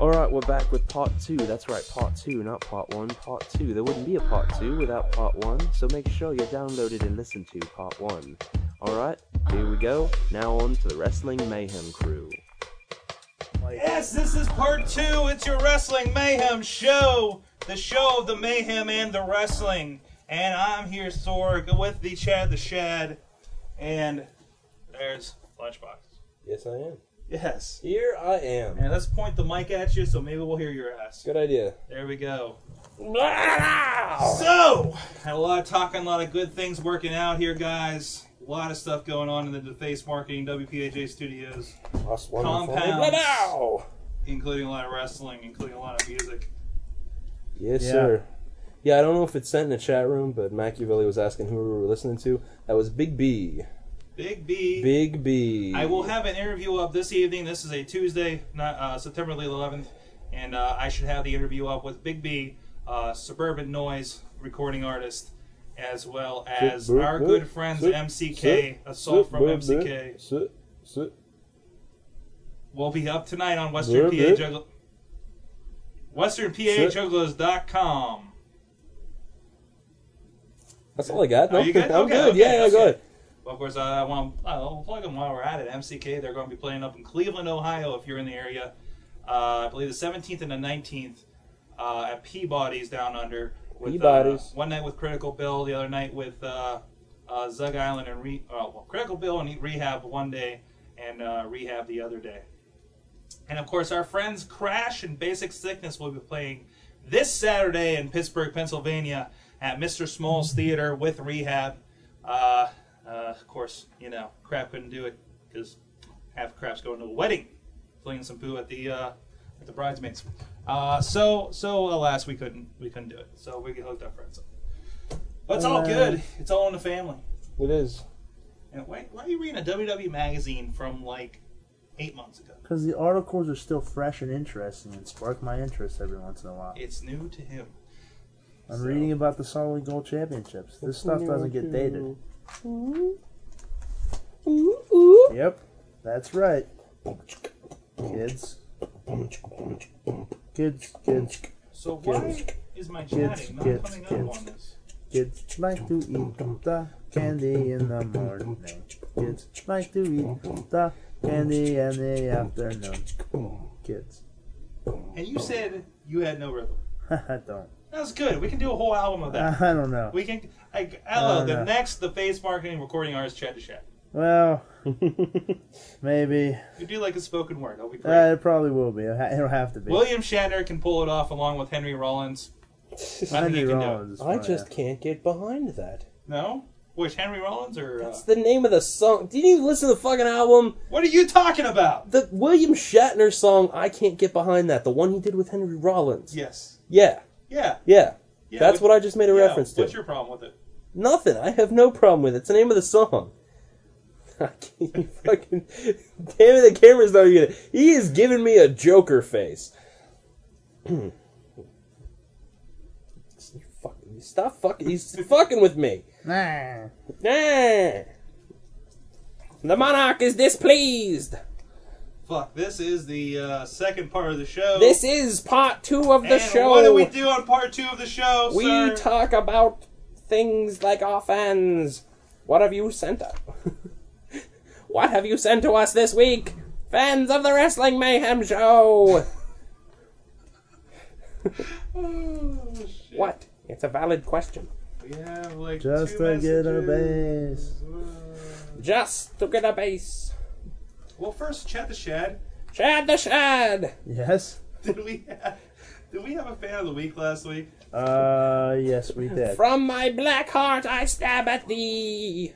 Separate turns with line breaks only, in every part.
All right, we're back with part two. That's right, part two, not part one. Part two. There wouldn't be a part two without part one. So make sure you downloaded and listened to part one. All right, here we go. Now on to the Wrestling Mayhem crew.
Yes, this is part two. It's your Wrestling Mayhem show, the show of the mayhem and the wrestling. And I'm here, Sorg, with the Chad the Shad, and there's Lunchbox.
Yes, I am.
Yes.
Here I am.
And let's point the mic at you so maybe we'll hear your ass.
Good idea.
There we go. So, had a lot of talking, a lot of good things working out here, guys. A lot of stuff going on in the Deface Marketing WPAJ studios.
Lost one
Compounds.
Wow.
including a lot of wrestling, including a lot of music.
Yes,
Yeah.
sir. Yeah, I don't know if it's sent in the chat room, but Machiavelli was asking who we were listening to. That was Big B.
Big B. I
Big B.
will have an interview up this evening. This is a Tuesday, not uh, September the 11th, and uh, I should have the interview up with Big B, uh, Suburban Noise recording artist, as well as
Boop,
our
boop,
good friends
boop,
MCK, Assault from MCK.
Sit, sit.
We'll be up tonight on
Boop,
Western PA
boop.
Juggle. WesternPAJugglers.com.
That's all I got. No,
Are Oh, you good?
I'm
Okay,
good.
okay,
yeah, yeah, go
okay.
ahead.
Well, of course, uh, I want to I'll plug them while we're at it. MCK, they're going to be playing up in Cleveland, Ohio, if you're in the area. Uh, I believe the 17th and the 19th uh, at Peabody's down under. With, uh,
Peabody's.
one night with Critical Bill, the other night with uh, uh, Zug Island and Re- uh, well, Critical Bill and Rehab one day, and uh, Rehab the other day. And of course, our friends Crash and Basic Sickness will be playing this Saturday in Pittsburgh, Pennsylvania, at Mr. Small's Theater with Rehab. Uh, uh, of course, you know, Crap couldn't do it because half Crap's going to a wedding, flinging some poo at the uh, at the bridesmaids. Uh, so, so alas, we couldn't we couldn't do it. So we hooked our friends up. But it's all good. It's all in the family.
It is.
And why, why are you reading a WWE magazine from like eight months ago?
Because the articles are still fresh and interesting and spark my interest every once in a while.
It's new to him.
I'm
So-
reading about the Solid Gold Championships. This stuff doesn't get dated. Yep, that's right. Kids. Kids, kids,
So why is my chatting not
kids,
coming up
kids.
on this?
kids like to eat the candy in the morning. Kids like to eat the candy in the afternoon. Kids.
And you said you had no rhythm.
I don't.
That's good. We can do a whole album of that.
I don't know.
We can. Like,
Oh,
hello,
No,
the
no.
next, the face marketing recording artist, Chad to Chat.
Well, maybe.
You do like a spoken word. That'll be great.
Uh, it probably will be. It'll ha- it'll have to be.
William Shatner can pull it off along with Henry Rollins. I think
Andy
you can do it.
Rollins is
I
fine,
just can't get behind that.
No? Which, Henry Rollins or. Uh,
That's the name of the song. Didn't you listen to the fucking album?
what are you talking about?
The William Shatner song, I can't get behind that. The one he did with Henry Rollins.
Yes.
Yeah,
Yeah.
yeah.
yeah
That's what I just made a
yeah,
reference to.
What's your problem with it?
Nothing. I have no problem with it. It's the name of the song. you fucking damn it! The camera's not even. Gonna... He is giving me a Joker face. You fucking stop fucking. He's fucking with me.
yeah. Nah.
Ah. The monarch is displeased.
Fuck, this is the uh, second part of the show.
This is part two of the
and
show.
What do we do on part two of the show?
We
sir?
talk about things like our fans. What have you sent us? what have you sent to us this week? Fans of the Wrestling Mayhem Show!
Oh, shit.
what? It's a valid question.
We have like
Just
two
to get a
messages.
base.
Just to get a base.
Well, first, Chat the Shad.
Shad the Shad!
Yes.
Did we have, did we have a fan of the week last week?
Uh, yes, we did.
From my black heart I stab at thee!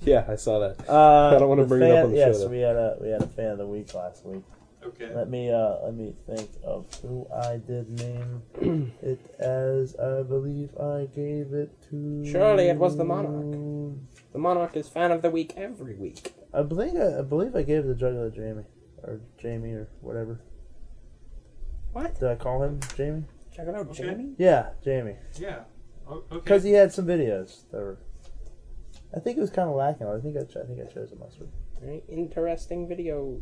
Yeah, I saw that.
Uh,
I don't wanna
the
bring it up
fan-
on the show,
yes,
though.
we had a we had a fan of the week last week.
Okay.
Let me uh let me think of who I did name it as. I believe I gave it to.
Surely it was the Monarch. The Monarch is fan of the week every week.
I believe I, I believe I gave it to Juggler Jamie or Jamie or whatever.
What?
Did I call him Jamie?
Check it out,
Okay.
Jamie.
Yeah, Jamie.
Yeah. O- okay.
Because he had some videos that were. I think it was kind of lacking. I think I, ch- I think I chose it last week.
Very interesting video.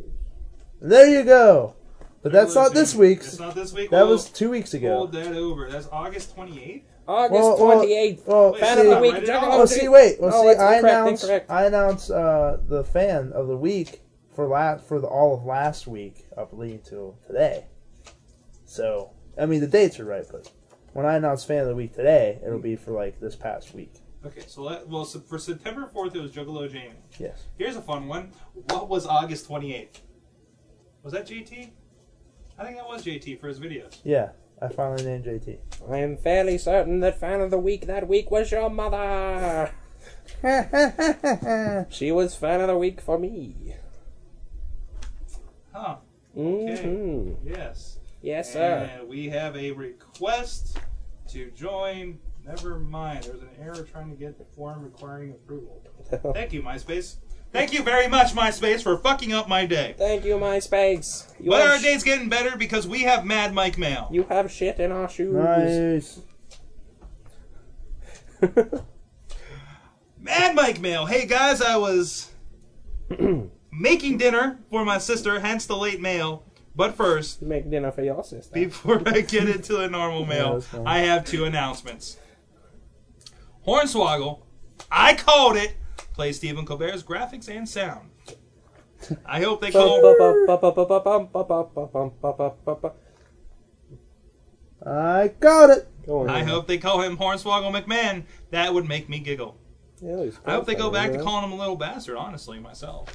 There you go. But that's not this week's.
It's not this week.
That
We'll
was two weeks ago.
hold that over. That's August 28th.
Well,
August
well,
twenty eighth.
Well,
Wait,
see,
Fan of the
not
well,
week.
right at
Juggalo
all.
oh,
Oh,
see,
Jake.
wait. Well,
No,
see,
that's
I
incorrect,
announced,
incorrect.
I announced uh, the fan of the week for last for the, all of last week up leading to today. So, I mean, the dates are right, but when I announce fan of the week today, it'll be for like this past week.
Okay, so let, well, so for September 4th, it was Juggalo Jamie.
Yes.
Here's a fun one. What was August 28th? Was that JT? I think that was JT for his videos.
Yeah. I finally named JT.
I am fairly certain that fan of the week that week was your mother. She was fan of the week for me.
Huh.
Mhm.
Yes.
Yes, sir.
And we have a request to join. Never mind. There's an error trying to get the form requiring approval. Thank you, MySpace. Thank you very much, MySpace, for fucking up my day.
Thank you, MySpace. You
But our
have, sh-
day's getting better because we have Mad Mike Mail.
you have shit in our shoes.
Nice.
Mad Mike Mail. Hey guys, I was making dinner for my sister, hence the late mail. But first,
Make dinner for your sister.
Before I get into the normal mail,
that's fine.
I have two announcements. Hornswoggle, I called it, plays Stephen Colbert's graphics and sound. I hope they call.
Go
I got it.
on.
I hope they call him Hornswoggle McMahon. That would make me giggle.
Yeah, he's
I hope they go
qualified,
back to
yeah.
calling him a little bastard. Honestly, myself.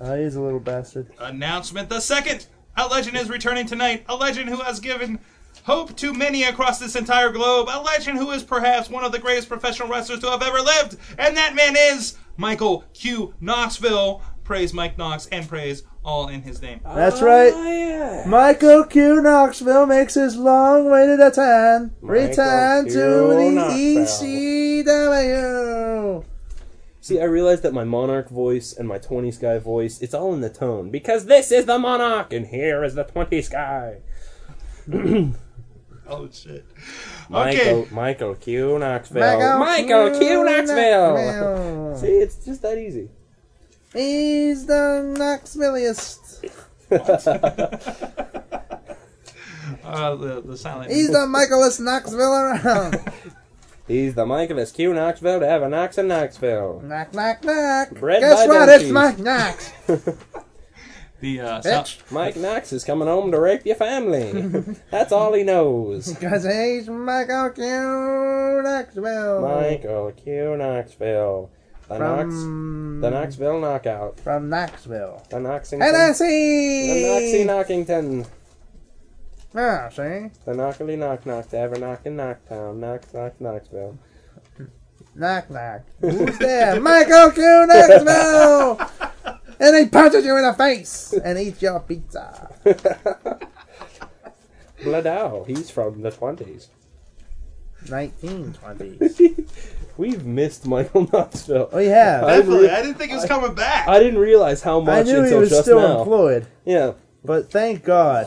Uh, he's a little bastard.
Announcement the second. A legend is returning tonight. A legend who has given hope to many across this entire globe. A legend who is perhaps one of the greatest professional wrestlers to have ever lived. And that man is Michael Q. Knoxville. Praise Mike Knox and praise all in his name.
That's right.
Ah, yeah.
Michael Q. Knoxville makes his long-awaited return. Return to E
Q.
the ECW.
See, I realized that my Monarch voice and my 20 Sky voice, it's all in the tone. Because this is the Monarch, and here is the 20 Sky.
Oh, shit.
Michael,
Okay.
Michael Q. Knoxville.
Michael,
Michael Q. Knoxville. See,
Knoxville.
it's just that easy.
He's the Knoxvilliest.
Uh, the, the silent.
He's the Michaelist Knoxville around.
He's the Michaelist Q. Knoxville to have a Knox in Knoxville.
knock, knock, knock.
Bread by
Guess what?
donkeys.
It's Mike Knox.
The, uh,
Bitch.
Mike Knox is coming home to rape your family. That's all he knows.
Because he's Michael Q. Knoxville.
Michael Q. Knoxville. The Knox.
From,
The Knoxville knockout.
from Knoxville.
The Knoxington.
And I
the Knoxy
see.
Knockington.
Ah, see?
The knockily knock knock to ever knock in Knocktown. Knock knock Knoxville.
Knock, knock. Who's there? Michael Q. Knoxville! and he punches you in the face and eats your pizza.
Bladow, he's from the twenties.
1920s.
We've missed Michael Knoxville.
We have.
Definitely. I didn't think it was coming back.
I didn't realize how
I
much
knew he
until
was
just
still
now.
employed,
Yeah,
but thank God.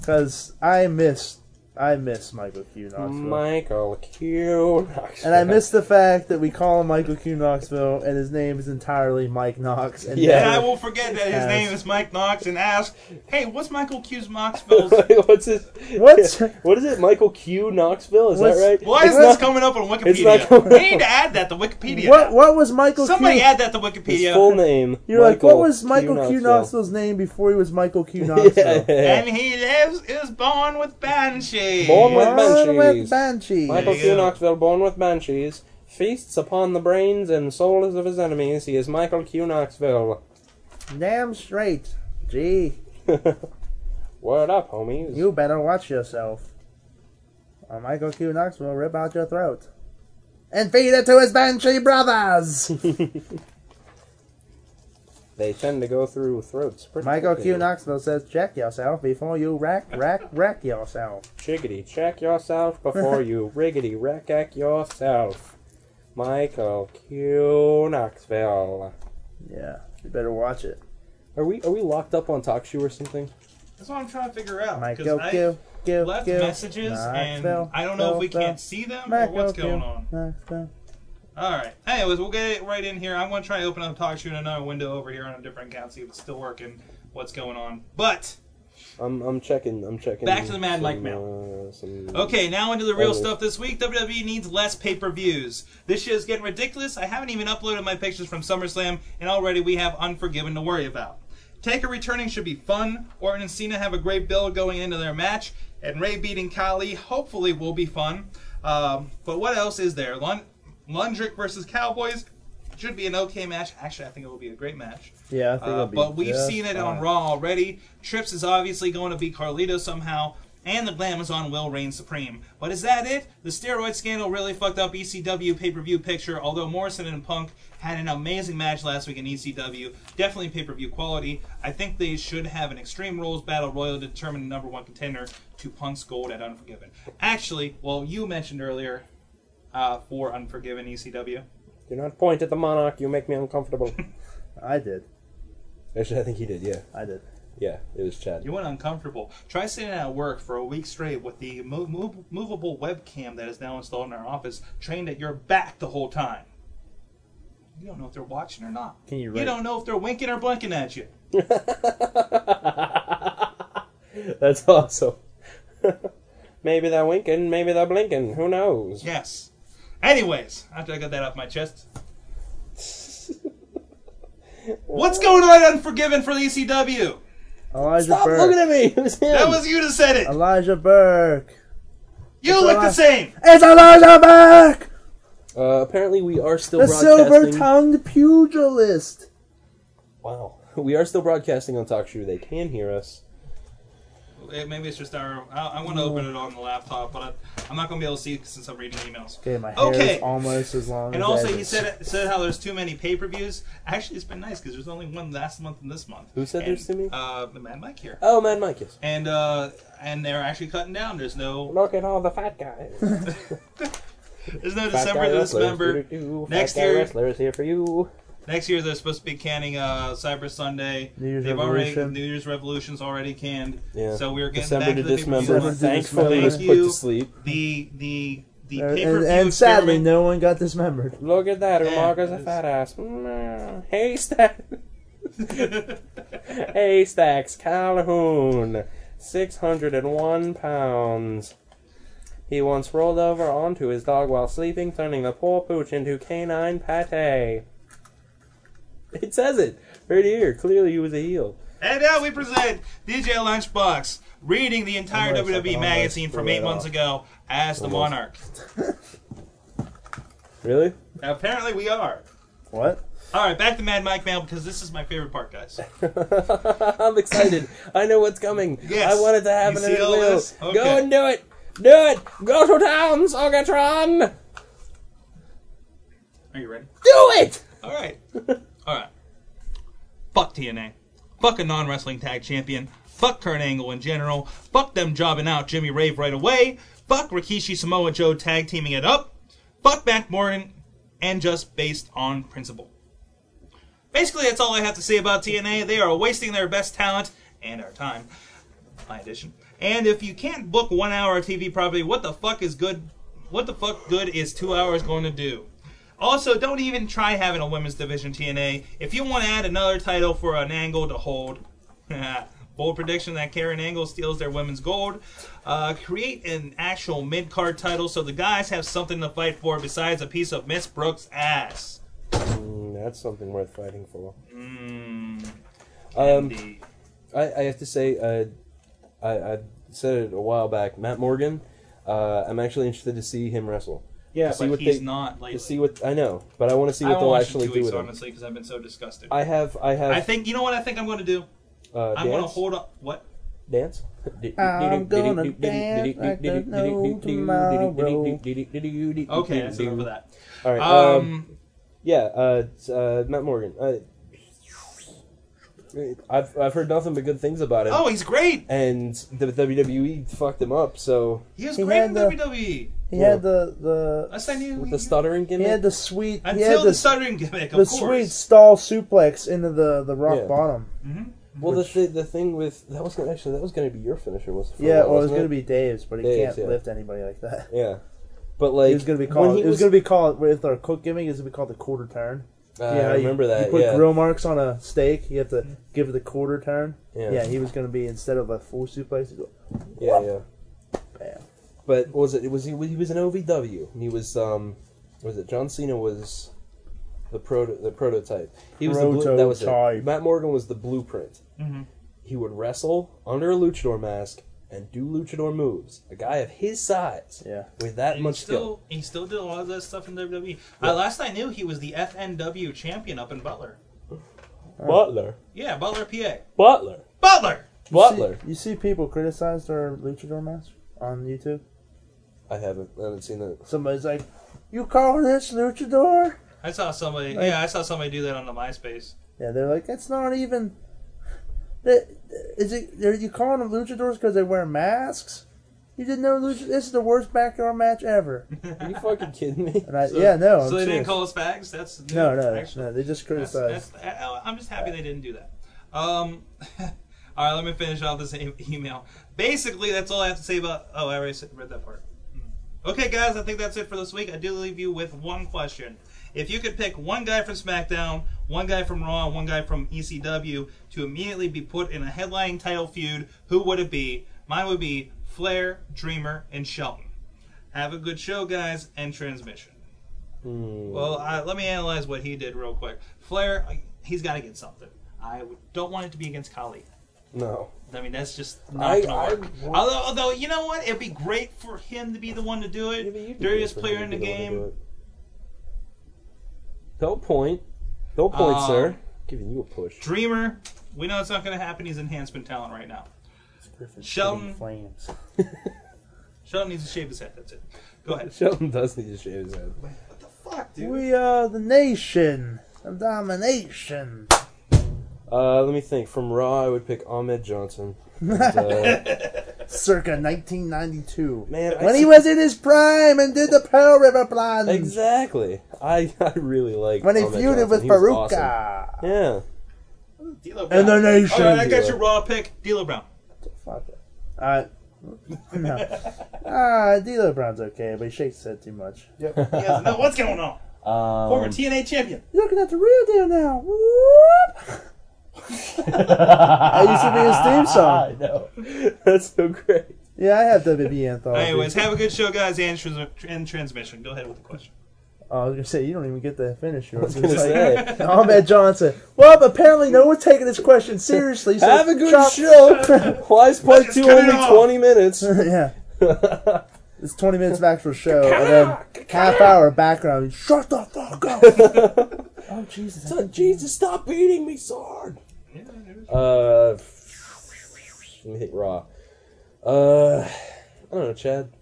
Because I miss, I miss Michael Q. Knoxville.
Michael Q. Knoxville.
and I miss the fact that we call him Michael Q. Knoxville and his name is entirely Mike Knox. And
Yeah.
and I
never-
will forget that his
Yes.
name is Mike Knox and ask, hey, what's Michael Q's Knoxville's?
What's his?
What's-
what is it? Michael Q. Knoxville? Is that
What's-
right?
Why is
It's
this
not-
coming up on Wikipedia?
it's not coming
we need
up.
to add that to Wikipedia.
What, what was Michael
Somebody
Q.
add that to
His
Wikipedia.
full name.
You're like,
Michael
what was Michael Q. Knoxville's name before he was Michael Q. Knoxville?
Yeah.
And he lives is born with Banshee.
Born with-
Born
Banshees.
with Banshee.
Michael
you
Q.
go.
Knoxville, born with banshees, feasts upon the brains and souls of his enemies. He is Michael Q. Knoxville.
Damn straight. Gee,
Word up, homies.
you better watch yourself. Or Michael Q. Knox will rip out your throat. And feed it to his Banshee brothers!
They tend to go through throats pretty
Michael Q.
quickly.
Knoxville says, check yourself before you rack, rack, rack yourself.
Chiggity, check yourself before you riggity wreck yourself. Michael Q. Knoxville.
Yeah, you better watch it.
Are we are we locked up on talk show or something?
That's what I'm trying to figure out. 'cause
Michael
I
Q. Q.
left
Q.
messages and
Knoxville,
I don't know if we
Knoxville,
can't see them
Michael
or what's
Q.
going on.
Knoxville.
All right. Anyways, we'll get it right in here. I'm going to try to open up TalkShoe in another window over here on a different account, see if it's still working, what's going on. But
I'm I'm checking. I'm checking.
Back to the
some,
Mad Mike
Uh, some,
Okay, now into the real
Oh.
stuff this week. WWE needs less pay per views. This shit is getting ridiculous. I haven't even uploaded my pictures from SummerSlam, and already we have Unforgiven to worry about. Taker returning should be fun. Orton and Cena have a great build going into their match, and Ray beating Kali hopefully will be fun. Um, but what else is there? Lund- Lundrick versus Cowboys should be an okay match. Actually, I think it will be a great match.
Yeah, I think
Uh,
it'll be
but we've
just
seen it on
fine.
Raw already. Trips is obviously going to be Carlito somehow, and the Glamazon will reign supreme. But is that it? The steroid scandal really fucked up E ECW pay per view picture, although Morrison and Punk had an amazing match last week in ECW. Definitely pay per view quality. I think they should have an Extreme Rules Battle Royal to determine the number one contender to Punk's gold at Unforgiven. Actually, well, you mentioned earlier uh, for Unforgiven ECW.
Do not point at the monarch. You make me uncomfortable.
I did.
Actually, I think he did. Yeah,
I did.
yeah. It was Chad.
You went uncomfortable. Try sitting at work for a week straight with the mo- mov- movable webcam that is now installed in our office, trained at your back the whole time. You don't know if they're watching or not.
Can you
You
write-
don't know if they're winking or blinking at you.
That's awesome. maybe they're winking. Maybe they're blinking. Who knows?
Yes. Anyways, after I got that off my chest. What's going on at Unforgiven for the E ECW?
Elijah
Stop
Burke.
looking at me. It was him.
That was you that said it.
Elijah Burke.
You look the
Elias.
same.
It's Elijah Burke,
Uh, apparently, we are still
the
broadcasting.
silver-tongued pugilist.
wow, we are still broadcasting on TalkShoe. They can hear us.
Eh, Maybe it's just our. I, I want to open it on the laptop, but I, I'm not going to be able to see it since I'm reading emails.
Okay, my hair
Okay.
is almost as long.
And
as
also,
Evan's.
he said said how there's too many pay per views. Actually, it's been nice because there's only one last month and this month.
Who said
And,
there's too many?
Uh, the Mad Mike here.
Oh, Mad Mike is.
And uh, and they're actually cutting down. There's no
Look at all the fat guys. Fat
there's no
guy
December to
wrestlers.
December.
Doo-doo-doo. Fat
Next
guy
year-
wrestler is here for you.
Next year they're supposed to be canning uh, Cyber Sunday.
New Year's
They've already
Revolution.
New Year's Revolution's already canned.
Yeah.
So we're getting
December
back
to
to the
Dismember.
pay-per-view.
December to
Thankfully,
Dismember.
was put to sleep.
The the the
And-
pay per
and,
view
and sadly, no one got dismembered.
Look at that.
Yeah,
Remark is a
it
fat ass. Mm, Hey, Stacks. hey, Stacks Calhoun. 601 pounds. He once rolled over onto his dog while sleeping, turning the poor pooch into canine pate. It says it right here. Clearly, he was a heel.
And now we present DJ Lunchbox reading the entire
I'm gonna suck it
WWE
on
magazine
this,
from
throw
eight
it
months
off.
ago as the
Almost.
Monarch.
Really?
Apparently, we are.
What?
All right, back to Mad Mike Mail because this is my favorite part, guys.
I'm excited. I know what's coming.
Yes.
I want it to happen
You
and
see
it
all
will.
this? Okay.
Go and do it. Do it. Go to town, Sogatron.
Are you ready?
Do it.
All right. All right. Fuck TNA. Fuck a non wrestling tag champion. Fuck Kurt Angle in general. Fuck them jobbing out Jimmy Rave right away. Fuck Rikishi Samoa Joe tag teaming it up. Fuck Mac Morgan and just based on principle. Basically, that's all I have to say about TNA. They are wasting their best talent and our time. My addition. And if you can't book one hour of TV properly, what the fuck is good? What the fuck good is two hours going to do? Also, don't even try having a women's division TNA. If you want to add another title for an angle to hold, bold prediction that Karen Angle steals their women's gold. Uh, create an actual mid card title so the guys have something to fight for besides a piece of Miss Brooks' ass.
Mm, that's something worth fighting for.
Mm,
Um,
indeed.
I, I have to say, uh, I, I said it a while back. Matt Morgan, uh, I'm actually interested to see him wrestle.
Yeah,
to see
but
what
he's
they
not
to
lately.
see what I know, but I want to see
I
what
haven't
they'll
watched it
actually
two
do
weeks,
with him.
honestly, because I've been so disgusted. I,
I have, I have.
think you know what I think I'm going to do.
uh,
I'm going to
dance?
hold up. What?
dance.
I'm gonna dance like there's no tomorrow.
Okay, that's enough of that.
All right. Um,
Um,
yeah, uh, it's, uh, Matt Morgan. Uh, I've I've heard nothing but good things about him.
oh, he's great.
And the WWE fucked him up. So
He was
He
great in
had
E.
the-
WWE.
He
Yeah.
had the the
I send you
with the stuttering
he
gimmick,
had the sweet he
until
had
the,
the,
stuttering gimmick, of
the sweet
course.
stall suplex into the the rock
Yeah.
bottom.
well, the, th- the thing with that was gonna, actually that was going to be your finisher, was it?
Yeah, well, it was
wasn't
gonna be Dave's, but he
Dave's,
can't
yeah.
lift anybody like that.
Yeah, but like
it was gonna be
when
called.
he
It was, gonna be called with our cook gimmick. It was gonna be called the quarter turn. you know
Uh, I
how you-
remember that.
You put
yeah.
grill marks on a steak. You have
Mm-hmm.
to give it a quarter turn.
yeah.
Yeah, he was going to be instead of a full suplex. he go,
Yeah, yeah.
Bam.
But what was it? It was he? He was an OVW. He was um, was it John Cena was the proto the prototype. He was the blue, that was it.
Prototype.
Matt Morgan was the blueprint.
Mhm.
He would wrestle under a luchador mask and do luchador moves. A guy of his size
Yeah.
with that
And
much
he
skill.
still, he still did a lot of that stuff in WWE. Uh, last I knew, he was the FNW champion up in Butler.
Butler,
Yeah, Butler, PA.
Butler,
Butler.
Butler.
See, you see people criticize their luchador match on YouTube.
I haven't I haven't seen that.
Somebody's like, "You call this luchador?"
I saw somebody.
Like-
yeah, I saw somebody do that on the MySpace.
Yeah, they're like, "It's not even." That is it. Are you calling them luchadors because they wear masks? You didn't know lucha. This is the worst backyard match ever.
Are you fucking kidding me?
And I, yeah, no. I'm
so they didn't
serious.
call us fags. That's
No, no,
actually-
no. They just
That's,
criticized.
that's, I- I'm just happy they didn't do that. Um, all right, let me finish off this e- email. Basically, that's all I have to say about. Oh, I already said- read that part. Hmm. Okay, guys, I think that's it for this week. I do leave you with one question. If you could pick one guy from SmackDown, one guy from Raw, and one guy from ECW to immediately be put in a headlining title feud, who would it be? Mine would be Flair, Dreamer, and Shelton. Have a good show, guys, and transmission.
Hmm.
Well, I, let me analyze what he did real quick. Flair, I- he's got to get something. I w- don't want it to be against Kali.
no.
I mean, that's just
I-
not going
I
to work.
want-
although, although, you know what? It'd be great for him to be the one to do it.
Maybe you could
Dirtiest
do it for
player
him
in the
if you wanna do
game.
it. No point. No point,
Um,
sir. Giving you a push.
Dreamer, we know it's not going to happen. He's enhancement talent right now. Shelton-
Flames.
Sheldon needs to shave his head. That's it. Go ahead.
Sheldon does need to shave his head.
What the fuck, dude?
We are the nation of domination.
Uh, let me think. From Raw, I would pick Ahmed Johnson. And, uh,
Circa 1992.
man, I
when he
see-
was in his prime and did the Pearl River Blonde.
exactly. I, I really like
When he
Ahmed
feuded
Johnson.
with
Oh,
Ah,
He was
Faruka.
awesome. Yeah.
D'Lo Brown.
And the nation.
All right, I got
D'Lo.
your raw pick, D'Lo Brown.
Fuck it. Alright. no. Ah, D'Lo Brown's okay, but he shakes his head too much.
He doesn't know what's going on. Former
Um,
TNA champion.
You're looking at the real deal now. Whoop! I used to be his theme song.
that's so great.
Yeah, I have WB anthology.
Anyways, have a good show, guys, and, trans- and transmission. Go ahead with the question.
Oh, I was gonna say you don't even get to finish yours.
gonna
It's like,
say.
Ahmed Johnson. Well, but apparently no one's taking this question seriously. So
Have a good
drop-
show. Why is part
Let's
two
cut it
only
off.
twenty minutes?
yeah, it's twenty minutes of actual show, and then half hour background. Shut the fuck up. oh Jesus! I
So-
think-
Jesus, stop beating me, Sword.
Yeah, it was-
Uh, let me hit Raw. Uh, I don't know, Chad.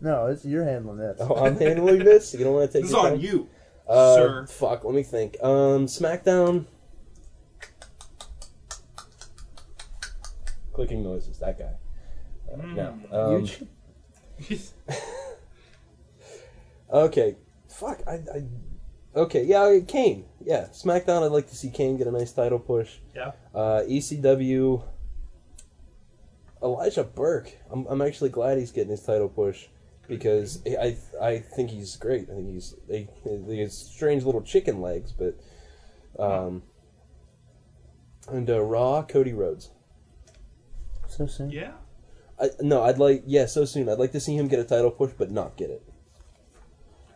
No, it's, you're handling this.
Oh, I'm handling this. You don't want to take
This is
your
on
time?
you,
Uh,
sir.
Fuck. Let me think. Um, SmackDown. Clicking noises. That guy. Uh,
Mm.
No. Um,
You-
okay. Fuck. I, I. Okay. Yeah. Kane. Yeah. SmackDown. I'd like to see Kane get a nice title push.
yeah.
Uh, ECW. Elijah Burke. I'm, I'm actually glad he's getting his title push because I I, I think he's great. I think he's he, he has strange little chicken legs, but um. And uh, Raw Cody Rhodes.
so soon.
Yeah.
I, no, I'd like yeah so soon. I'd like to see him get a title push, but not get it.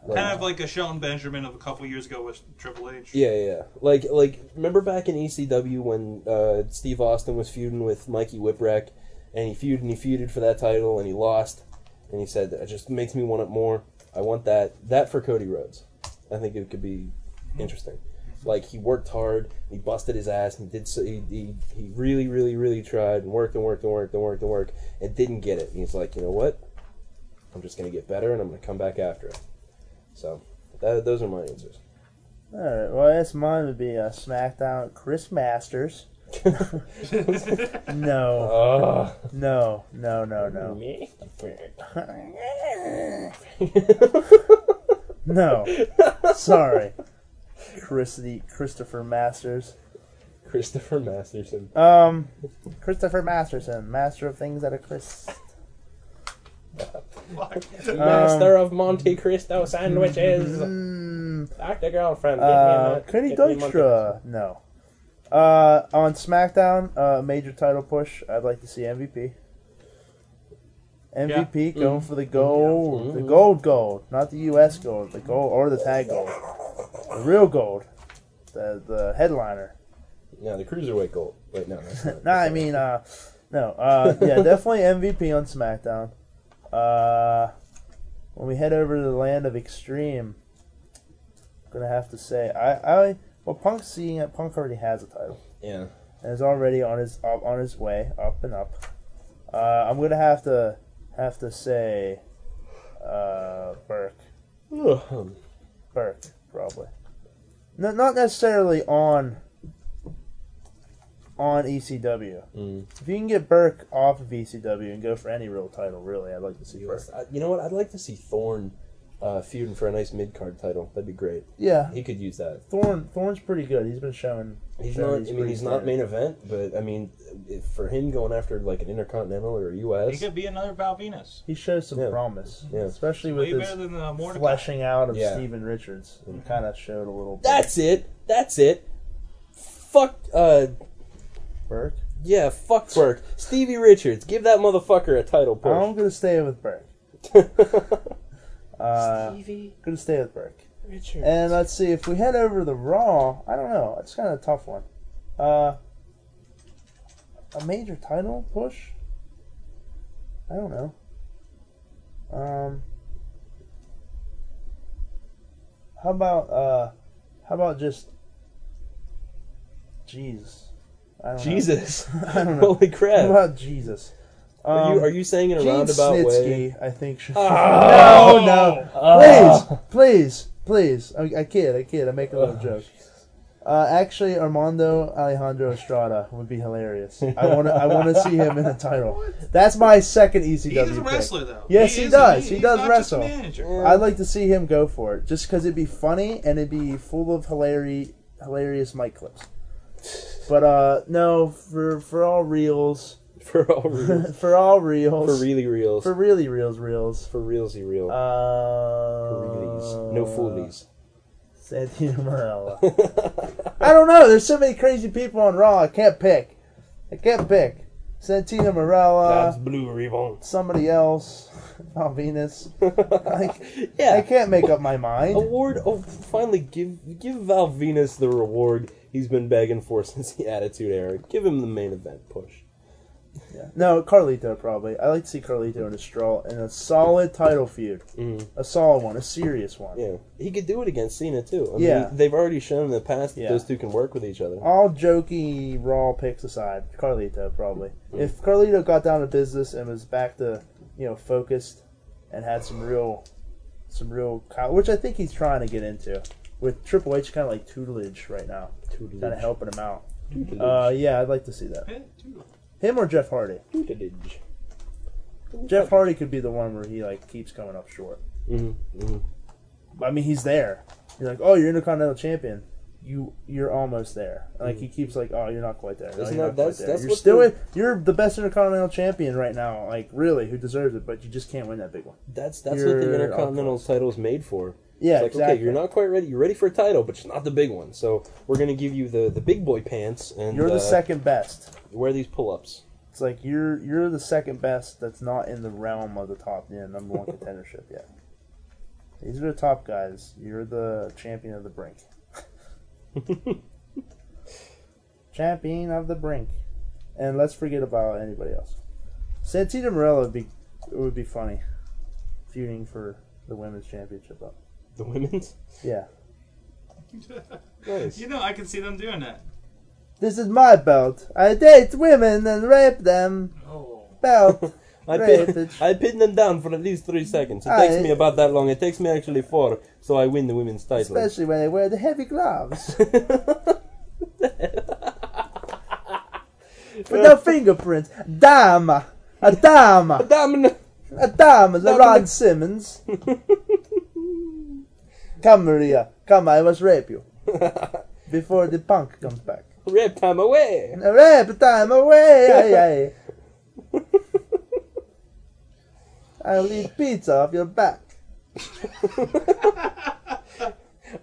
Like-
Kind of like a Shelton Benjamin of a couple years ago with Triple H.
Yeah, yeah, yeah. Like, like remember back in ECW when uh, Steve Austin was feuding with Mikey Whipwreck, and he feuded and he feuded for that title, and he lost, and he said, "It just makes me want it more. I want that. That for Cody Rhodes. I think it could be interesting. Like he worked hard, he busted his ass, and he did so. He, he he really, really, really tried and worked and worked and worked and worked and worked, and didn't get it. And he's like, you know what? I'm just gonna get better, and I'm gonna come back after it. So, that, those are my answers.
All right. Well, that's mine would be uh, SmackDown. Chris Masters. No,
Ugh.
no, no,
Oh,
no, no, no. Sorry, Chris the Christopher Masters.
Christopher Masterson.
Um, Christopher Masterson, master of things that are Chris.
Fuck.
Um,
Master of Monte Cristo sandwiches.
Mm, Um,
Act a girlfriend. Give me
uh,
a-
Kenny
give me monkey.
Dykstra, no. Uh, on SmackDown, uh, major title push. I'd like to see MVP. MVP
Mm-hmm.
going for the gold, the gold gold, not the U.S. gold, the gold or the tag gold, the real gold, the the headliner.
No, the cruiserweight goal. Wait, no, that's not.
No, I mean, uh, no, uh, yeah, definitely MVP on SmackDown. Uh, when we head over to the land of extreme, I'm gonna have to say I, I, well, Punk's seeing it. Punk already has a title
yeah.
and is already on his up, on his way up and up. Uh, I'm gonna have to have to say, uh, Burke,
Ugh.
Burke, probably. No, not necessarily on on ECW.
Mm.
If you can get Burke off of ECW and go for any real title, really, I'd like to see Burke.
Uh, You know what? I'd like to see Thorn uh, feuding for a nice mid card title. That'd be great.
Yeah,
He could use that.
Thorn Thorn's pretty good. He's been showing.
He's
showing
not. I mean,
pretty
he's not
good.
main event, but I mean, if, for him going after like an intercontinental or a U.S.
He could be another Val Venus.
He shows some
Yeah.
promise,
Yeah.
especially with
Way
his
better than the Mordecai.
fleshing out of
Yeah. Mm.
Steven Richards. It kind of showed a little. bit.
That's it. That's it. Fuck. Uh,
Burke.
yeah. Fuck twerk. Stevie Richards. Give that motherfucker a title
I'm
push.
gonna stay with Burke. Uh,
Stevie
gonna stay with Burke.
Richards.
And let's see if we head over to the Raw. I don't know. It's kind of a tough one. Uh, a major title push. I don't know. Um, how about uh, how about just, Jesus, I don't know.
Jesus.
I don't know.
Holy
How
crap.
about Jesus? Um,
are, you, are you saying in a
Gene
roundabout way? Ah!
Snitsky, I think. Should... no, no. Please,
Uh,
please, please. I, I kid, I kid. I make a little
Oh,
joke. Uh, actually, Armando Alejandro Estrada would be hilarious. I want to, I want to see him in a title. That's my second ECW.
He's a
pick.
wrestler, though.
Yes, he
is-
does. He
he's
does
not just a
wrestle.
manager.
I'd like to see him go for it, just because it'd be funny and it'd be full of hilary, hilarious mic clips. But uh, no, for for all reels,
For all real.
for all reels,
For really reals.
for
For,
really reels, reels.
realsy real.
Uh,
For realies. No foolies.
Santino uh, Morella. I don't know. There's so many crazy people on Raw. I can't pick. I can't pick. Santino Morella.
blue ribbon.
Somebody else. Val Venus. Like, I
yeah.
can't make up my mind.
Award. Oh, finally, give give Val Venus the reward he's been begging for since the Attitude Era. Give him the main event push.
No, Carlito probably. I like to see Carlito in a straw in a solid title feud.
Mhm.
A solid one. A serious one.
Yeah, he could do it against Cena too. I
Yeah.
mean, they've already shown in the past that
Yeah.
those two can work with each other.
All jokey Raw picks aside, Carlito probably. If Carlito got down to business and was back to you know focused and had some real, some real, co- which I think he's trying to get into with Triple H kind of like tutelage right now, kind of helping him out.
Tutelage.
Uh, yeah, I'd like to see that.
Eh, dude.
Him or Jeff Hardy.
Tutelage.
Jeff Hardy could be the one where he like keeps coming up short.
Mhm, mhm.
I mean, he's there. You're like, oh, you're Intercontinental Champion. You you're almost there. And, Like he keeps like, oh, you're not quite there. No,
Mm. Isn't
you're
that-
not quite
that's-
there.
that's
you're
what
still
the-
in, you're the best Intercontinental Champion right now. Like really, who deserves it? But you just can't win that big one.
That's that's what
You're
the Intercontinental title is made for.
Yeah,
It's like,
exactly.
okay, you're not quite ready. You're ready for a title, but it's not the big one. So we're gonna give you the the big boy pants and
You're
uh,
the second best.
Wear these pull ups.
It's like you're you're the second best. That's not in the realm of the top, yeah, number one contendership yet. These are the top guys. You're the champion of the brink. champion of the brink, and let's forget about anybody else. Santita Morella would be it would be funny feuding for the women's championship. Up,
The women's.
yeah.
Nice.
You know, I can see them doing that.
This is my belt. I date women and rape them.
Oh.
Belt.
I
Right,
pin,
bitch.
I pin them down for at least three seconds. It
I-
takes me about that long. It takes me actually four, so I win the women's title.
Especially when I wear the heavy gloves. With no fingerprints. Damn! A damn! A
Damn.
damn! LeRon Simmons! Come, Maria. Come, I must rape you. Before the punk comes back.
Rip time away.
Rape time away! Aye, aye. I'll eat pizza off your back.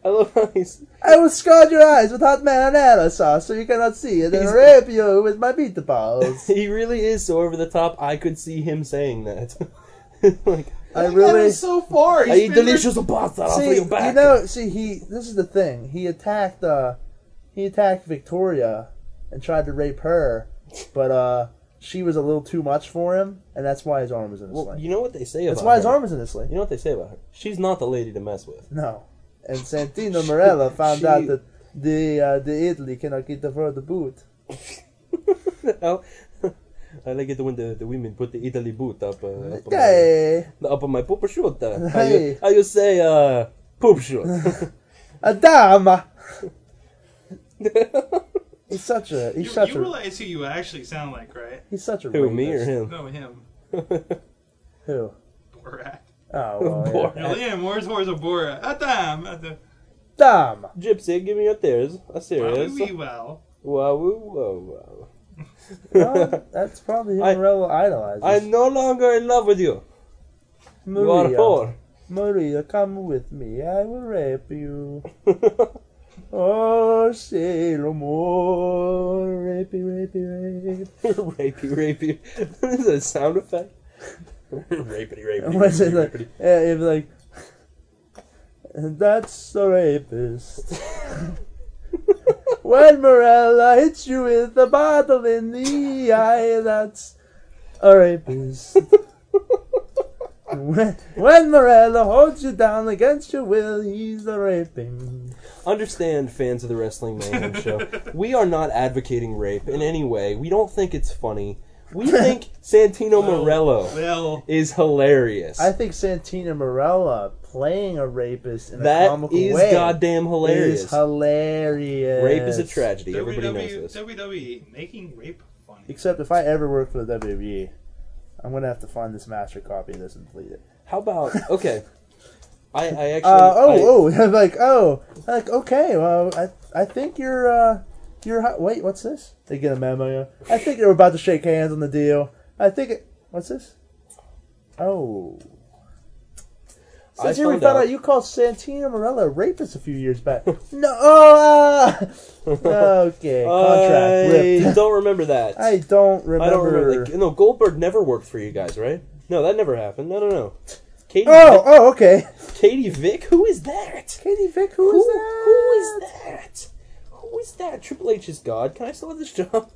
I love how he's
I will scald your eyes with hot marinara sauce so you cannot see, and then
He's-
rape you with my meatballs.
he really is so over the top. I could see him saying that. like,
I really
so far.
I eat delicious pasta. I'll
see.
see you
You
back.
know, see, he. This is the thing. He attacked. uh He attacked Victoria and tried to rape her, but uh she was a little too much for him, and that's why his arm was in a
well,
sling.
you know what they say about
that's why his
her.
arm was in a sling.
You know what they say about her. She's not the lady to mess with.
No, and Santino Morella found
she-
out that the uh, the Italy cannot get the for the boot.
Well, Oh. I like it when the, the women put the Italy boot up, uh, up, on my,
Hey,
up on my poop shoot. Uh, how,
Hey.
you, how you say uh, poop shoot?
Adama. he's such a he's
You,
such
you
a
realize who you actually sound like, right?
he's such a
Who, me or
rapist.
him?
No, him.
Who?
Borat.
Oh, well,
Borat.
yeah.
You're Liam Wordsworth of Borat. At them, at the
Adama.
Gypsy, give me your tears. A serious.
wee well.
Wow, wow, wow,
Well, that's probably him.
I-
Morello
wow.
idolizes.
I'm no longer in love with you. You are
Maria,
whore.
Maria, come with me. I will rape you. Oh, say no more. Rapey, rapey, rape.
rapey, rapey. Is that a sound effect? rapety, rapety.
What's it like?
rapety.
Yeah, it'd be like, that's the rapist. when Morella hits you with a bottle in the eye, that's a rapist. when, when Morella holds you down against your will, he's a raping.
Understand, fans of the Wrestling Mayhem Show, we are not advocating rape in any way. We don't think it's funny. We think Santino Morello
Well,
is hilarious.
I think Santina Morella playing a rapist in a
that
comical
is
way
goddamn hilarious.
is hilarious.
rape is a tragedy. Everybody
WWE,
knows this.
WWE E making rape funny.
Except if I ever work for the WWE, I'm gonna have to find this master copy of this and delete it.
How about okay? I, I actually.
Uh,
I-
oh, oh, I'm like, oh, I'm like, okay, well, I, I think you're, uh, you're, hot. wait, what's this? They get a memo. yeah. I think they were about to shake hands on the deal. I think it, what's this? Oh.
I
Since here we
found
found
out-
out you called Santina Morella a rapist a few years back. no, oh, ah! okay, contract
I
ripped.
don't remember that.
I don't remember. Oh,
I don't remember. Like, no, Goldberg never worked for you guys, right? No, that never happened. No, no, no. Katie,
oh, oh, okay.
Katie Vick, who is that?
Katie Vick, who
Who,
is that?
who is that? Who is that? Triple H is God. Can I still have this job?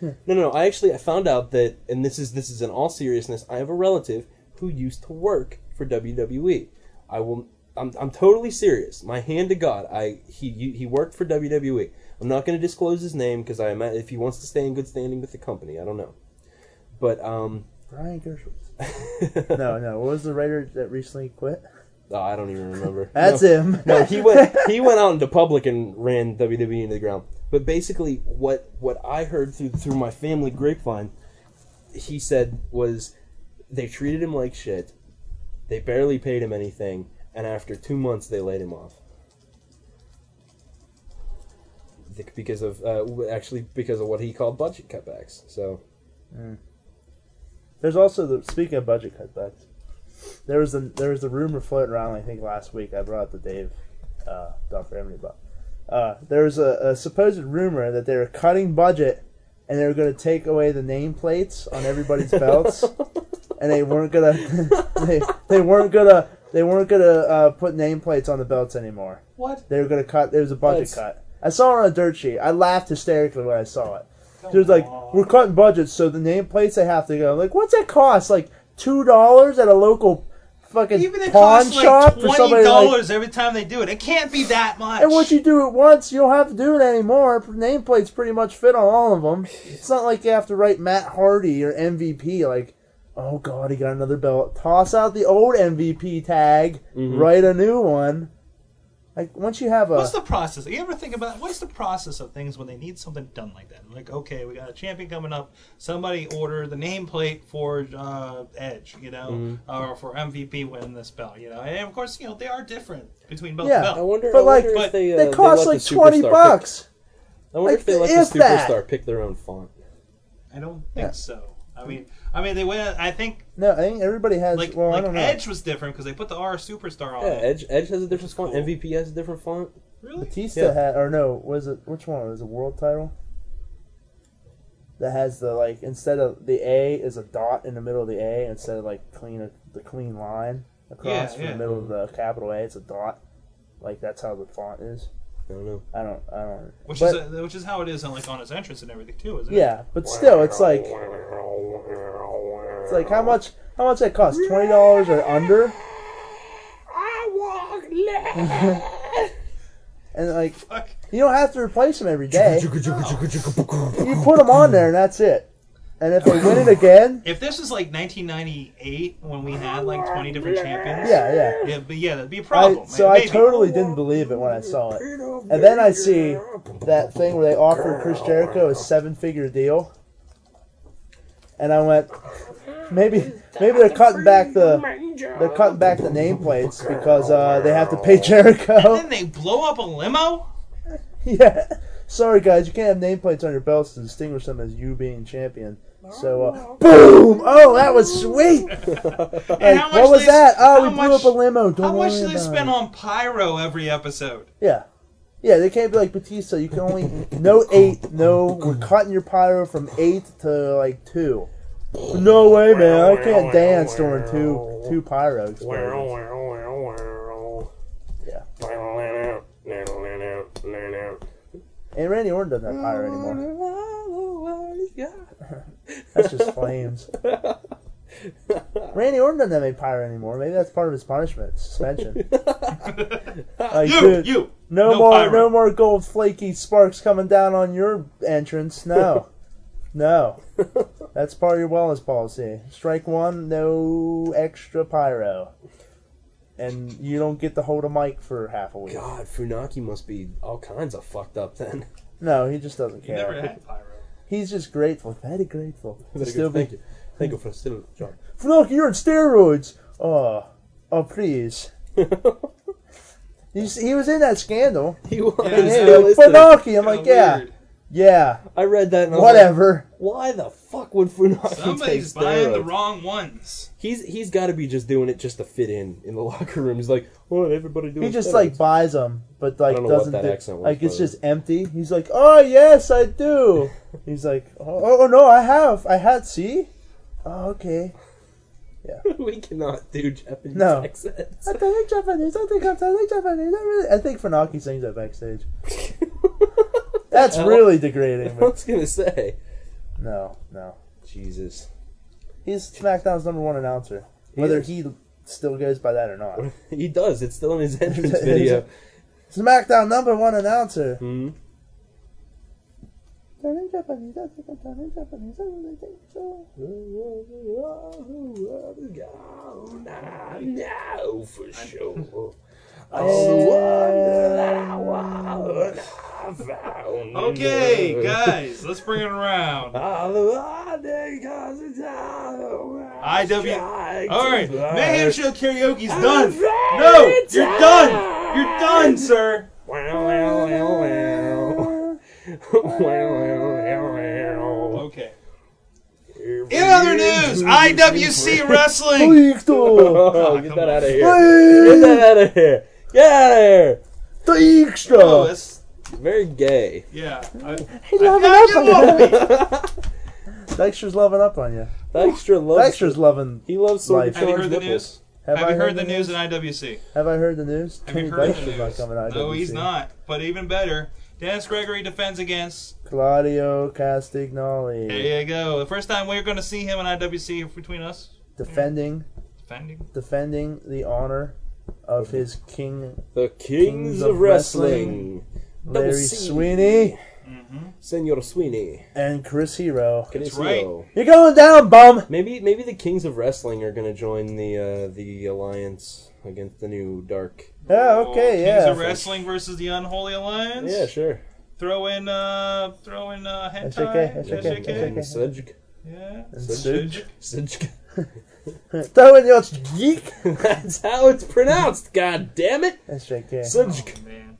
Hmm.
no, no, no. I actually I found out that, and this is this is in all seriousness. I have a relative who used to work for WWE. I will. I'm, I'm totally serious. My hand to God. I he you- he worked for WWE. I'm not going to disclose his name because I ima- if he wants to stay in good standing with the company, I don't know. But um,
Brian Gershwitz. no, no. What was the writer that recently quit?
oh, I don't even remember.
That's
No.
him.
no, he went he went out into public and ran WWE into the ground. But basically, what what I heard through through my family grapevine, he said was they treated him like shit. They barely paid him anything, and after two months, they laid him off. Th- Because of uh, w- actually because of what he called budget cutbacks. So
There's also the speaking of budget cutbacks. There was a there was a rumor floating around. I think last week I brought it to Dave, uh, Doctor Emily about. Uh, there was a, a supposed rumor that they were cutting budget, and they were going to take away the nameplates on everybody's belts, and they weren't gonna they, they weren't gonna they weren't gonna uh, put nameplates on the belts anymore.
What?
They were gonna cut. There was a budget
That's-
cut. I saw it on a dirt sheet. I laughed hysterically when I saw it. It was like,
on.
"We're cutting budgets, so the nameplates they have to go." I'm like, what's that cost? Like two dollars at a local fucking
Even it
pawn
costs like
shop for
twenty
somebody. Like,
dollars every time they do it. It can't be that much.
and once you do it once, you don't have to do it anymore. Nameplates pretty much fit on all of them. It's not like you have to write Matt Hardy or MVP. Like, oh god, he got another belt. Toss out the old MVP tag, write a new one. Like once you have a
What's the process? You ever think about what's the process of things when they need something done like that? Like, okay, we got a champion coming up. Somebody order the nameplate for uh, Edge, you know,
Mm-hmm.
or for MVP winning this belt, you know. And of course, you know they are different between both
Yeah,
belts.
I wonder.
But,
I wonder
like,
if they, uh,
they cost
let
like
the
twenty
superstar pick-
bucks.
I wonder
Like,
if they let
if
the superstar
that.
pick their own font.
I don't think so. I mean, I mean, they went. I think
No, I think everybody has.
like
well, I
like
don't know.
Edge was different because they put the R superstar on.
Yeah,
it.
Edge Edge has a different font.
cool.
MVP has a different font.
Really?
Batista
Yeah.
had, or no, was it which one was the world title? That has the like instead of the A is a dot in the middle of the A instead of like clean the clean line across
Yeah,
from
yeah.
the middle of the capital A, it's a dot. Like that's how the font is.
I don't know.
I don't, I don't.
Which
but,
is uh which is how it is on like on his entrance and everything too, isn't it?
yeah, but still, it's like it's like how much how much that cost? Twenty dollars or under? and like
Fuck.
you don't have to replace them every day. you put them on there and that's it. And if they win it again,
If this was like 1998 when we had like 20 different champions,
yeah, yeah.
yeah, but yeah, that'd be a
I,
problem.
so
man.
I
Maybe.
totally didn't believe it when I saw it. And then I see that thing where they offered Chris Jericho a seven figure deal. And I went, maybe maybe they're cutting back the they're cutting back the nameplates because uh, they have to pay Jericho.
Then they blow up a limo.
yeah. Sorry guys, you can't have nameplates on your belts to distinguish them as you being champion. So uh, boom! Oh, that was sweet.
And
Like, what was
they-
that? Oh, we
how
blew
much-
up a limo. Don't
How much
worry
do they
about it.
spend on pyro every episode?
Yeah. Yeah, they can't be like Batista. You can only no eight, no. We're cutting your pyro from eight to like two. No way, man! I can't dance during two two pyro explosions. And Randy Orton doesn't have pyro anymore. That's just flames. Randy Orton doesn't have any pyro anymore. Maybe that's part of his punishment, suspension. Like,
you,
dude,
you.
no,
no
more,
pyro.
no more gold flaky sparks coming down on your entrance. No, no, that's part of your wellness policy. Strike one, no extra pyro, and you don't get to hold a mic for half a week.
God, Funaki must be all kinds of fucked up then.
No, he just doesn't
You never
care.
had pyro.
He's just grateful, very grateful. to still be
Thank you. Thank you for still John.
Look, you're on steroids. Oh, oh, please. You see, he was in that scandal.
He was.
Yeah,
he
yeah,
Hey,
still
like,
is there.
Funaki. I'm like,
Kinda
yeah,
weird.
yeah,
I read that. And I was
whatever.
Like, Why the fuck would Funaki
Somebody's
take steroids?
buying the wrong ones.
He's he's got to be just doing it just to fit in in the locker room. He's like, oh, everybody doing.
He just
steroids."
like buys them, but like
I don't know what
doesn't
that
do-
accent was,
like it's
but-
just empty. He's like, oh yes, I do. He's like, oh, oh no, I have, I had. See, oh okay.
we cannot do Japanese
No.
accents.
I think Japanese. I think I'm telling Japanese. I really. I think Funaki sings that backstage. That's
Uh, Well-
really degrading.
I
But
was gonna say,
no, no.
Jesus.
He's SmackDown's number one announcer.
He
Whether
is.
he still goes by that or not.
He does. It's still in his entrance video.
SmackDown number one announcer.
Hmm.
Turning Japanese, I think I'm turning Japanese, I really think so.
No, for sure.
Okay, guys, let's bring it around. IW. All right, Mayhem Show Karaoke's done. No, you're done. You're done, sir. Okay. In other news, IWC Wrestling.
Victor!
Oh, get that out of here. Get
Hey!
that out of here. Get out of here.
The
Oh,
extra!
that's
Very gay.
yeah. Uh, I,
He's loving
I
up
did
on you.
love me.
Dykstra's loving up on you.
Extra loves.
Dykstra's loving.
He loves Sorg
Life.
Have you
Charge
heard the
nipples.
news?
Have,
Have you heard the news in IWC?
Have I heard the news?
Have you
Tony
heard the
Dykstra's
news?
not coming out.
No,
IWC.
he's not. But even better, Dennis Gregory defends against.
Claudio Castagnoli
There you go. The first time we're going to see him in IWC between us
defending
defending.
defending the honor of his king
The Kings of
of
Wrestling. Double
Larry
C.
Sweeney
Mm-hmm. Senor Sweeney.
and Chris Hero.
That's
right.
You're going down, bum.
Maybe maybe the Kings of Wrestling are going to join the uh, the alliance against the new Dark.
Yeah,
Oh,
okay,
Kings
yeah.
of Wrestling versus the Unholy Alliance.
Yeah, sure.
Throw in, uh, throw in, uh, hentai.
okay, that's okay,
SJK.
that's
And Sejk.
Yeah.
Sejk.
Sejk.
Throw in your geek.
That's how it's pronounced. God damn it.
SJK.
Sejk.
Oh, man.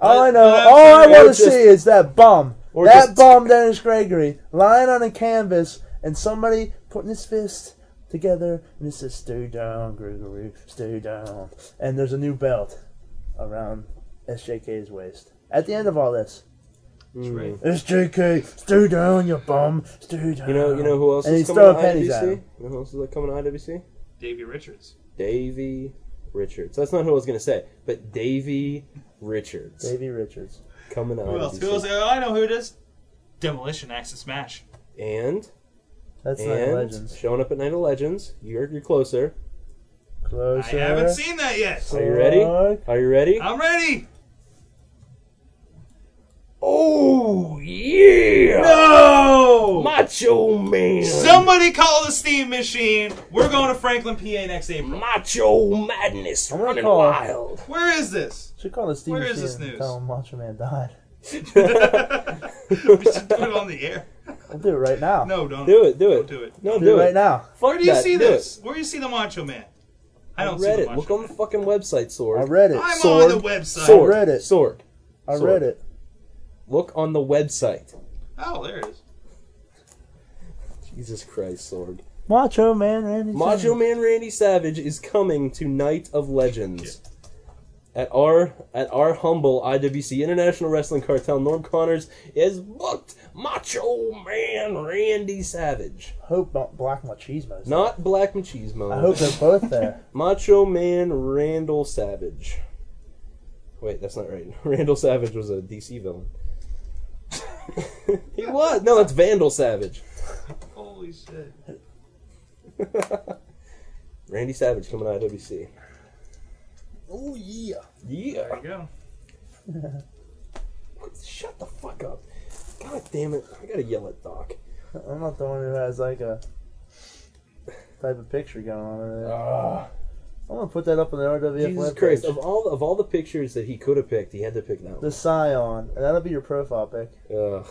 All I
But-
know,
but I'm
all I
sorry,
want
or
to
just-
see is that bum,
or
that
just-
bum Dennis Gregory, lying on a canvas and somebody putting his fist together and it says "Stay down, Gregory, stay down," and there's a new belt around SJK's waist. At the end of all this,
That's right.
SJK, stay down, you bum, stay down.
You know, you know who else
And
is
he's
coming to
throwing pennies at
IWC? You
him.
know who else is coming to IWC?
Davy Richards.
Davy Richards. That's not who I was gonna say, but Davy Richards
Davy Richards.
coming to
Who else? Who else?
IWC.
Oh, I know who it is. Demolition Axe and Smash.
And
That's not
and
legends.
showing up at Night of Legends. You're you're closer. Oh,
Closer.
I haven't seen that yet.
Are you ready?
Fuck.
Are you ready?
I'm ready.
Oh yeah!
No.
Macho Man.
Somebody call the steam machine. We're going to Franklin, PA next April.
Macho madness
I'm gonna running call- wild.
Where is this?
Should call the Steve
Where is
Machine
this
and
news?
Tell him Macho Man died.
we should put it on the air.
We'll do it right now.
No, don't.
Do it, do
Don't
it.
do it.
No,
do,
do,
it right
it.
now.
Fuck
Where do you
that,
see
do
this?
It.
Where do you see the Macho Man? I
I
don't
read
see the
it.
Macho
Look on the
Man.
fucking website, Sword.
I read it.
I'm
Sword.
on the website.
Sword.
I read it.
Sword.
I read
Sword.
it.
Look on the website.
Oh, there it is.
Jesus Christ, Sword.
Macho Man Randy.
Macho
Savage.
Man Randy Savage is coming to Night of Legends. At our at our humble IWC International Wrestling Cartel, Norm Connors is booked Macho Man Randy Savage.
Hope not Black Machismo's.
Not Black Machismo.
I hope they're both there.
Macho Man Randall Savage. Wait, that's not right. Randall Savage was a DC villain. he was. No, that's Vandal Savage.
Holy shit.
Randy Savage coming out of IWC.
oh yeah.
Yeah.
There you go.
Shut the fuck up. God damn it. I gotta yell at Doc.
I'm not the one who has like a type of picture going on over there. I'm gonna put that up on the RWF
Jesus
webpage.
Christ. Of all, of all the pictures that he could have picked, he had to pick that
The
one.
Scion, and that'll be your profile pic.
Ugh.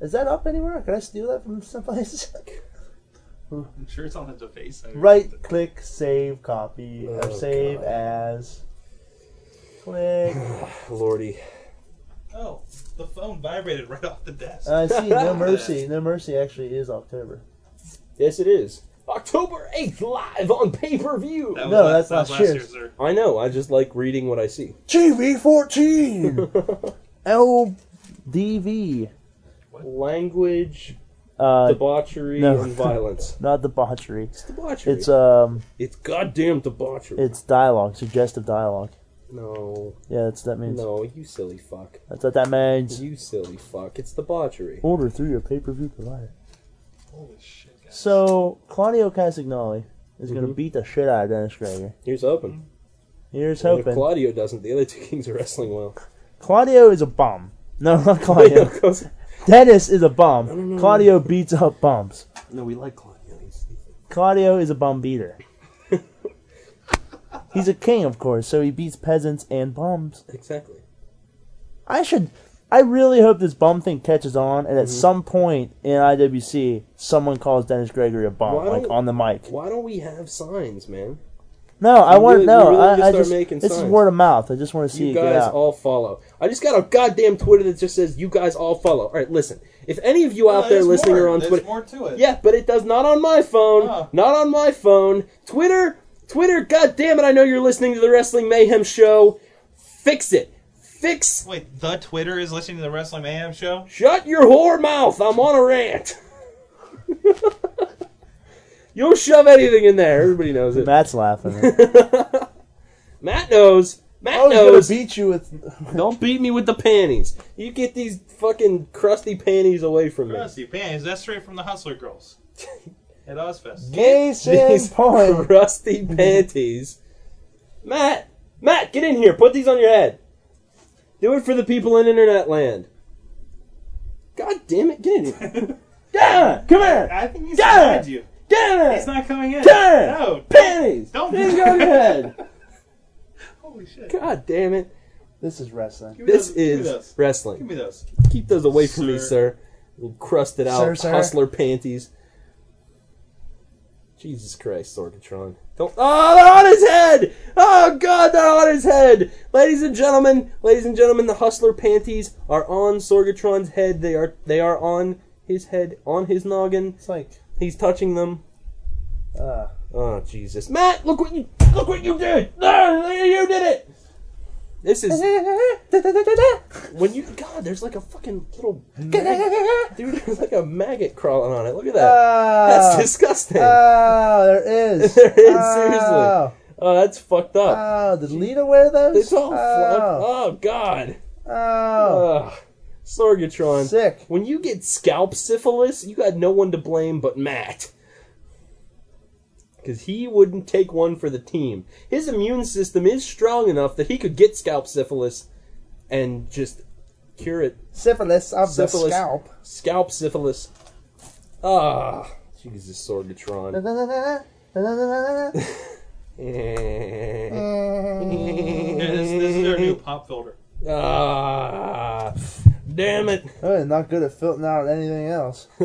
Is that up anywhere? Can I steal that from someplace?
I'm sure it's on the device.
right click, save, copy, or
Oh,
save
God.
as. Click.
Lordy.
Oh, the phone vibrated right off the desk.
Uh,
I see. No mercy. No mercy. Actually, is October.
Yes, it is. October 8th, live on pay per view.
That was
no,
la-
that's
that
not
was last
Cheers.
year's, sir.
I know. I just like reading what I see.
TV fourteen. LDV.
Language
Uh,
debauchery
no.
and violence.
not debauchery.
It's debauchery.
It's um.
It's goddamn debauchery.
It's dialogue. Suggestive dialogue.
no,
Yeah, that's what that means.
no, you silly fuck.
That's what that means.
You silly fuck. It's debauchery.
Order through your pay-per-view provider.
Holy shit, guys.
So Claudio Castagnoli is gonna
Mhm.
beat the shit out of Dennis Gregor.
Here's open.
Here's
And if
hoping.
Claudio doesn't, the other two kings are wrestling well.
Claudio is a bum. No, not Claudio.
Goes-
Dennis is a bum. Claudio beats up bums.
no, we like Claudio. He's, he's-
Claudio is a bum beater. He's a king, of course, so he beats peasants and bums.
exactly.
I should. I really hope this bum thing catches on, and at
Mm-hmm.
some point in IWC, someone calls Dennis Gregory a bum,
Why
like
don't-
on the mic.
Why don't we have signs, man?
No, I
You
want to
really- you
know.
really need to
I, I
start
just
making
this is
signs.
word of mouth. I just want to see
you
it get
guys
out.
all follow. I just got a goddamn Twitter that just says you guys all follow. All right, listen. If any of you out
No,
there
there's
listening
more.
are on
There's
Twitter,
more to it.
Yeah, but it does not on my phone.
Oh.
Not on my phone. Twitter, Twitter, god damn it, I know you're listening to the Wrestling Mayhem show. Fix it. Fix
Wait, the Twitter is listening to the Wrestling Mayhem show?
shut your whore mouth. I'm on a rant. You'll shove anything in there. Everybody knows it. Matt,
Matt's laughing.
knows. Matt
I was gonna
knows.
beat you with.
Don't beat me with the panties. You get these fucking crusty panties away from me.
Rusty Panties, that's straight from the Hustler Girls. At Ozfest.
Case in
these
point.
crusty panties. Matt, Matt, get in here. Put these on your head. Do it for the people in internet land. God damn it, get in here. Down, come here.
I think he's
Yeah!
behind you.
Down.
He's not coming in.
Turn!
No.
panties.
Don't-
These go on your head.
Holy shit.
God damn it.
This is wrestling.
Give me
This
those- Give me
is
those. Give
wrestling.
me those.
Keep those away from me,
Sir.
sir. Little crusted out
Sir, sir.
hustler panties. Jesus Christ, Sorgatron. Don't. Oh, they're on his head! Oh, God, they're on his head! Ladies and gentlemen, ladies and gentlemen, the hustler panties are on Sorgatron's head. They are they are on his head, on his noggin.
It's like
He's touching them.
Uh,
Oh Jesus, Matt! Look what you look what you did! Ah, you did it! This
Uh,
is when you God. There's like a fucking little maggot, dude. There's like a maggot crawling on it. Look at
Uh,
that. That's disgusting.
Oh, there is.
There is,
Oh,
oh, that's fucked up.
oh, did Lita wear those?
It's all fluff.
oh,
Oh God.
oh,
Ugh. Sorgatron.
sick.
When you get scalp syphilis, you got no one to blame but Matt. Because he wouldn't take one for the team. His immune system is strong enough that he could get scalp syphilis and just cure it.
Syphilis of the
Syphilis.
scalp.
Scalp syphilis. Ah, Jesus,
Uh,
Sorgatron. Eh.
This, this is their new pop filter.
ah, damn it.
Oh, not good at filtering out anything else.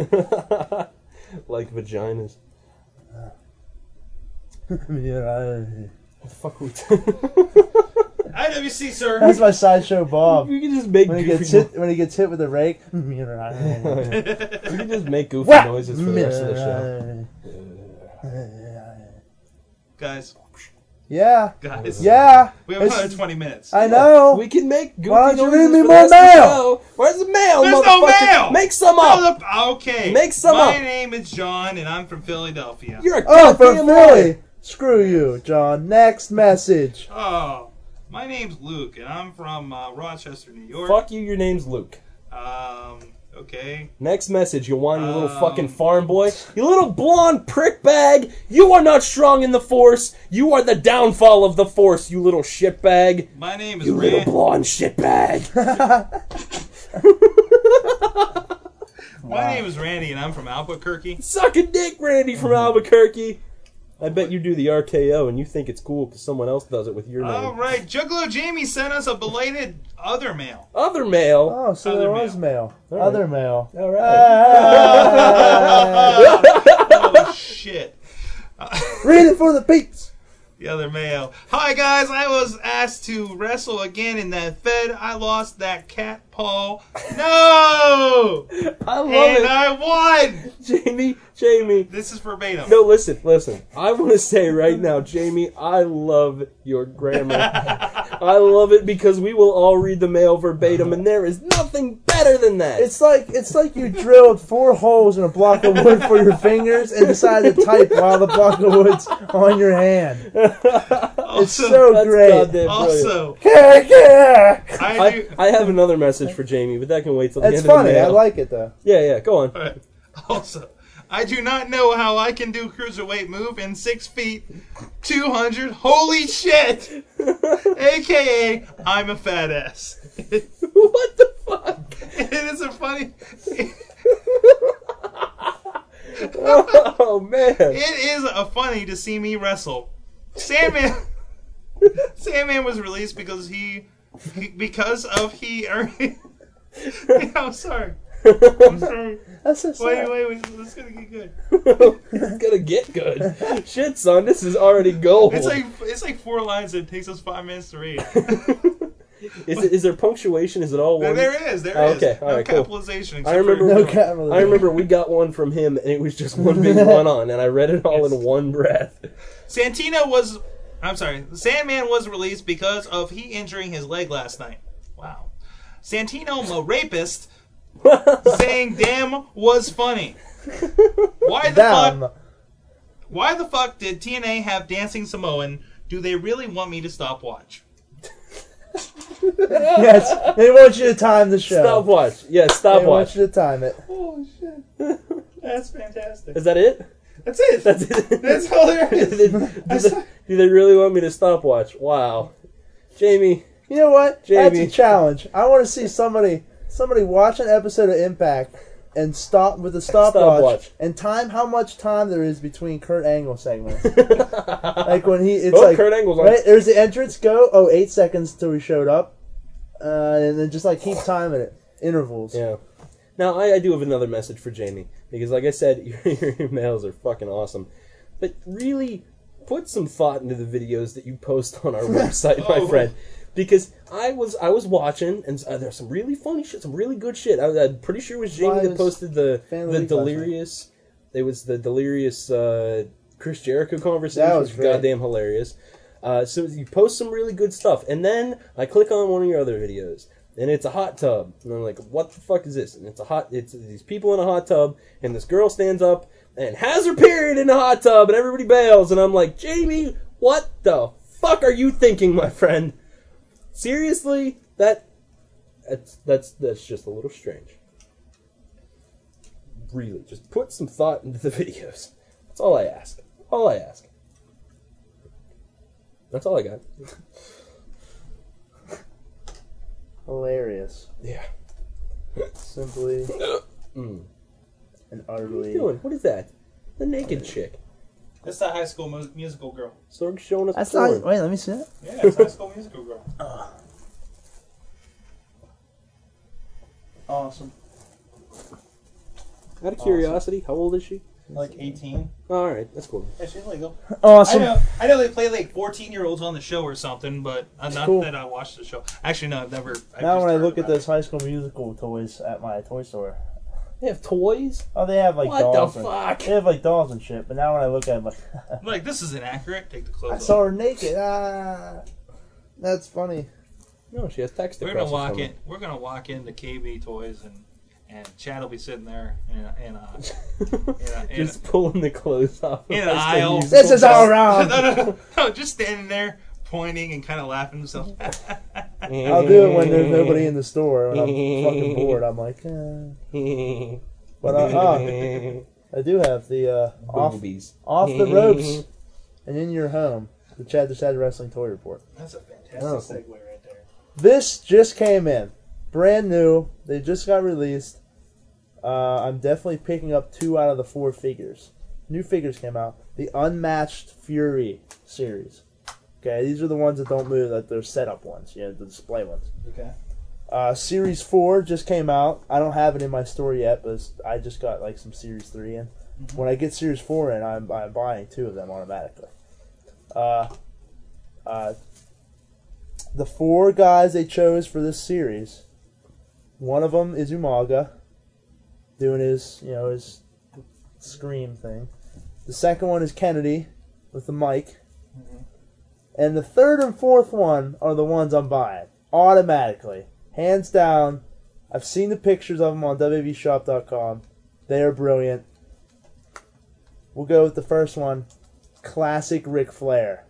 like vaginas.
That's
What the fuck are we
IWC, sir.
my sideshow Bob.
You can just make
Um, When he
goofy
gets hit, when he gets hit with a rake.
You can just make goofy
Wha-
noises for the rest of the show.
guys,
Yeah,
guys.
yeah.
We have
This
another
is-
20 minutes.
I know.
We can make goofy
Why don't you
noises
leave me
for the
more
rest of the
mail?
show. Where's the mail,
There's no
motherfucker?
mail!
Make some up.
Oh, the- okay.
Make some
My
up.
name is John, and I'm from Philadelphia.
You're a
Oh,
goddamn
from
liar.
Philly. Screw you, John. Next message.
oh, my name's Luke, and I'm from uh, Rochester, New York.
Fuck you. Your name's Luke.
Um, okay.
Next message, you whiny little
Um.
fucking farm boy. You little blonde prick bag. You are not strong in the force. You are the downfall of the force, you little shitbag.
My name is
You little
Rand.
blonde shitbag.
My name is Randy, and I'm from Albuquerque.
Suck a dick, Randy from Albuquerque. I bet you do the RKO and you think it's cool because someone else does it with your name.
All right, Juggalo Jamie sent us a belated other mail.
Other mail.
Oh, so
Other
there was mail.
right.
Other mail. Ah.
All right.
Oh shit.
Read it for the peeps.
The other mail. Hi guys, I was asked to wrestle again in that Fed. I lost that cat paw. No!
I love
and
it.
I won!
Jamie, Jamie.
This is verbatim.
No, listen, listen. I want to say right now, Jamie, I love your grammar. I love it because we will all read the mail verbatim, and there is nothing better than that.
It's like it's like you drilled four holes in a block of wood for your fingers and decided to type while the block of wood's on your hand. It's
Also-
so
That's
great.
goddamn brilliant.
Also,
Yeah, yeah.
I
I,
do.
I have another message for Jamie, but that can wait till the
It's
end of
funny.
the mail.
I like it though.
yeah, yeah, go on.
Alright. Also, I do not know how I can do cruiserweight move in six feet, two hundred. Holy shit! AKA, I'm a fat ass. it
what the fuck?
is a funny.
Oh, man.
It is a funny to see me wrestle. Sandman. Sandman was released because he, he- because of he. Or, I'm sorry. I'm sorry.
That's so sad.
Wait, wait, wait. This is gonna get good.
it's gonna get good. Shit, son, this is already gold.
It's like it's like four lines that takes us five minutes to read.
is, it, is there punctuation? Is it all
There-
one?
there is. there
Oh,
is.
okay,
No
alright, cool.
capitalization.
I
except for-
remember-
No capitalization.
I remember we got one from him, and it was just one big run on, and I read it all in one breath.
Santino was. I'm sorry. Sandman was released because of he injuring his leg last night. Wow. Santino, a rapist, saying "damn" was funny. Why the
Damn.
fuck? Why the fuck did TNA have Dancing Samoan? Do they really want me to stop watch?
Yes, they want you to time the show.
Stopwatch. Yeah,
They want
stopwatch.
you to time it.
Oh shit! That's fantastic.
Is that it?
That's it.
That's it.
That's all there
do,
is.
they, do they- do they really want me to stopwatch? Wow. Jamie,
You know what?
Jamie.
That's a challenge. I want to see somebody somebody watch an episode of Impact and stop with a stopwatch,
Stopwatch.
and time how much time there is between Kurt Angle segments. like when he, it's
Oh,
like
Kurt Angle's on.
right. There's the entrance. Go. Oh, eight seconds till we showed up, uh, and then just like keep timing it. Intervals.
Yeah. Now I, I do have another message for Jamie because, like I said, your, your emails are fucking awesome. But really, put some thought into the videos that you post on our website, my
Oh.
friend. Because I was I was watching and uh, there's some really funny shit, some really good shit. I, I'm pretty sure it was Jamie
Why
that
was
posted the
Fan
the
of the Week last night?
delirious It was the delirious uh, Chris Jericho conversation.
That was
which
great.
goddamn hilarious. Uh, so you post some really good stuff, and then I click on one of your other videos, and it's a hot tub, and I'm like, "What the fuck is this?" And it's a hot, it's these people in a hot tub, and this girl stands up and has her period in the hot tub, and everybody bails, and I'm like, "Jamie, what the fuck are you thinking, my friend? Seriously, that that's that's that's just a little strange. Really, just put some thought into the videos. That's all I ask. All I ask. That's all I got.
Hilarious.
Yeah.
Simply
Mm.
and
What are
utterly.
you doing? What is that? The naked chick.
That's the high school mu- musical girl.
Sorg's showing us
That's
porn.
not. Wait, let me see that.
Yeah, it's high school musical girl.
Awesome.
Out of curiosity, how old is she?
Like 18.
All right, that's cool.
Yeah, she's legal. I
Awesome.
know, I know they play like 14 year olds on the show or something, but uh, not
Cool.
that I watched the show. Actually, no, I've never. I've
now
just
when I
heard
look at
about it.
those High School Musical toys at my toy store,
They have toys.
oh, they have like
what
dolls.
the
and-
fuck?
They have like dolls and shit. But now when I look at, it, I'm like,
I'm like, this is inaccurate. Take the clothes
I
off.
saw her naked. Ah, that's funny.
No, she has text.
We're gonna
across her
walk
stomach.
in. We're gonna walk into KB Toys and and Chad will be sitting there in a, in a, Yeah, yeah.
just pulling the clothes off.
In
of
the
us to
aisle.
use
This is
them.
all
no,
wrong.
no, no, no, just standing there pointing and kind of laughing himself.
I'll do it when there's nobody in the store and I'm fucking bored. I'm like, eh.
uh,
but I, oh, I do have the uh, off
Boobies.
off the ropes and in your home. The Chad just had wrestling toy report.
That's a fantastic
Oh.
segue right there.
This just came in, brand new. They just got released. Uh, I'm definitely picking up two out of the four figures. New figures came out. The Unmatched Fury series. Okay, these are the ones that don't move. That they're setup ones. Yeah, the display ones.
Okay.
Uh, series four just came out. I don't have it in my store yet, but it's- I just got like some series three in. When I get series four in, I'm, I'm buying two of them automatically. Uh, uh, the four guys they chose for this series, one of them is Umaga, doing his you know his scream thing. The second one is Kennedy with the mic, and the third and fourth one are the ones I'm buying automatically hands down. I've seen the pictures of them on WVShop.com. They are brilliant. We'll go with the first one, classic Ric Flair.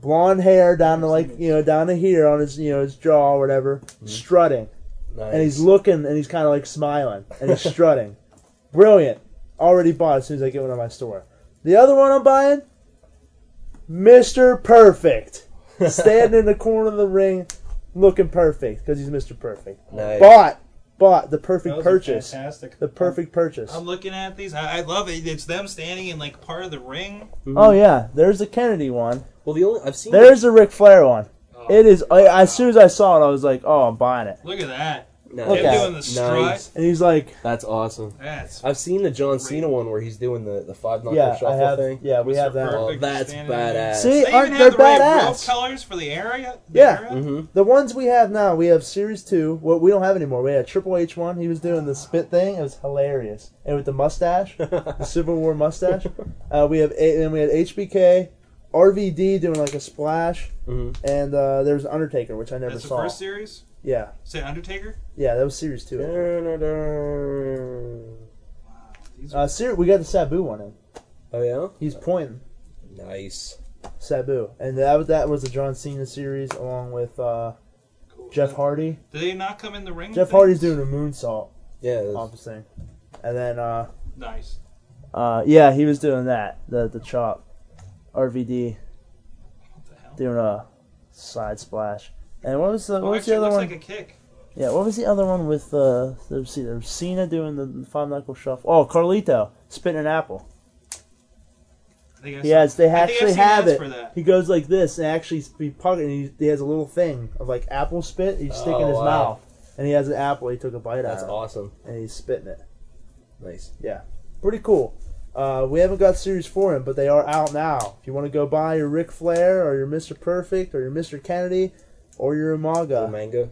Blonde hair down to like you know down to here on his you know his jaw or whatever, strutting,
Nice.
and he's looking and he's kind of like smiling and he's strutting. Brilliant. Already bought as soon as I get one on my store. The other one I'm buying, Mr. Perfect, standing in the corner of the ring, looking perfect because he's Mr. Perfect
nice.
bought bought the perfect
Those are
purchase
Fantastic.
the perfect purchase
I'm looking at these. I, I love it. It's them standing in like part of the ring.
oh yeah there's the kennedy one
Well, the only I've seen
there's the Ric flair one
Oh,
it is I, as soon as i saw it i was like oh i'm buying it
Look at that.
Nice.
Look
Him
at
doing the strut.
Nice.
and he's like
That's awesome.
That's
I've seen the John Cena one where he's doing the, the five knuckle
yeah i
shuffle
have
thing.
yeah we
Mr.
have that
Perfect.
Oh, that's
Standing in there.
badass.
See? They
they
aren't-
even have the
they're
right rope
badass.
colors for the area. the
Yeah.
area?
Mm-hmm.
the ones we have now we have series two what we don't have anymore we had triple h one he was doing the spit thing it was hilarious and with the mustache the civil war mustache uh, we have a- and we had hbk rvd doing like a splash
Mhm.
and uh, there was undertaker which i never
That's the
saw
first series.
yeah
Say Undertaker.
yeah that was series two
These are
Uh, Sir, we got the Sabu one in.
Oh yeah.
He's pointing
Nice.
Sabu, and that was that was the John Cena series along with uh,
cool.
Jeff Hardy.
Do they not come in the ring?
Jeff
things?
Hardy's doing a moonsault
Yeah. that's-
off his thing, and then uh,
Nice.
uh, yeah, he was doing that the the chop, RVD
What the hell?
doing a side splash, and what was the what
Oh,
was
actually,
the
it
other
looks
one?
like a kick.
yeah, what was the other one with uh, let's see, there was Cena doing the five knuckle shuffle. Oh, Carlito spitting an apple.
I think I saw-
Yes, they
I think I've
actually
seen
have
ads
it.
for that.
He goes like this and actually he pocket and he, he has a little thing of like apple spit. He's sticking
Oh,
his
wow.
mouth and he has an apple. He took a bite
That's
out of
awesome.
it, and he's spitting it.
Nice.
Pretty cool. Uh, we haven't got series four in, but they are out now. If you want to go buy your Ric
Oh,
Flair or your Mr. Perfect or your Mr. Kennedy or your Umaga,
Mango.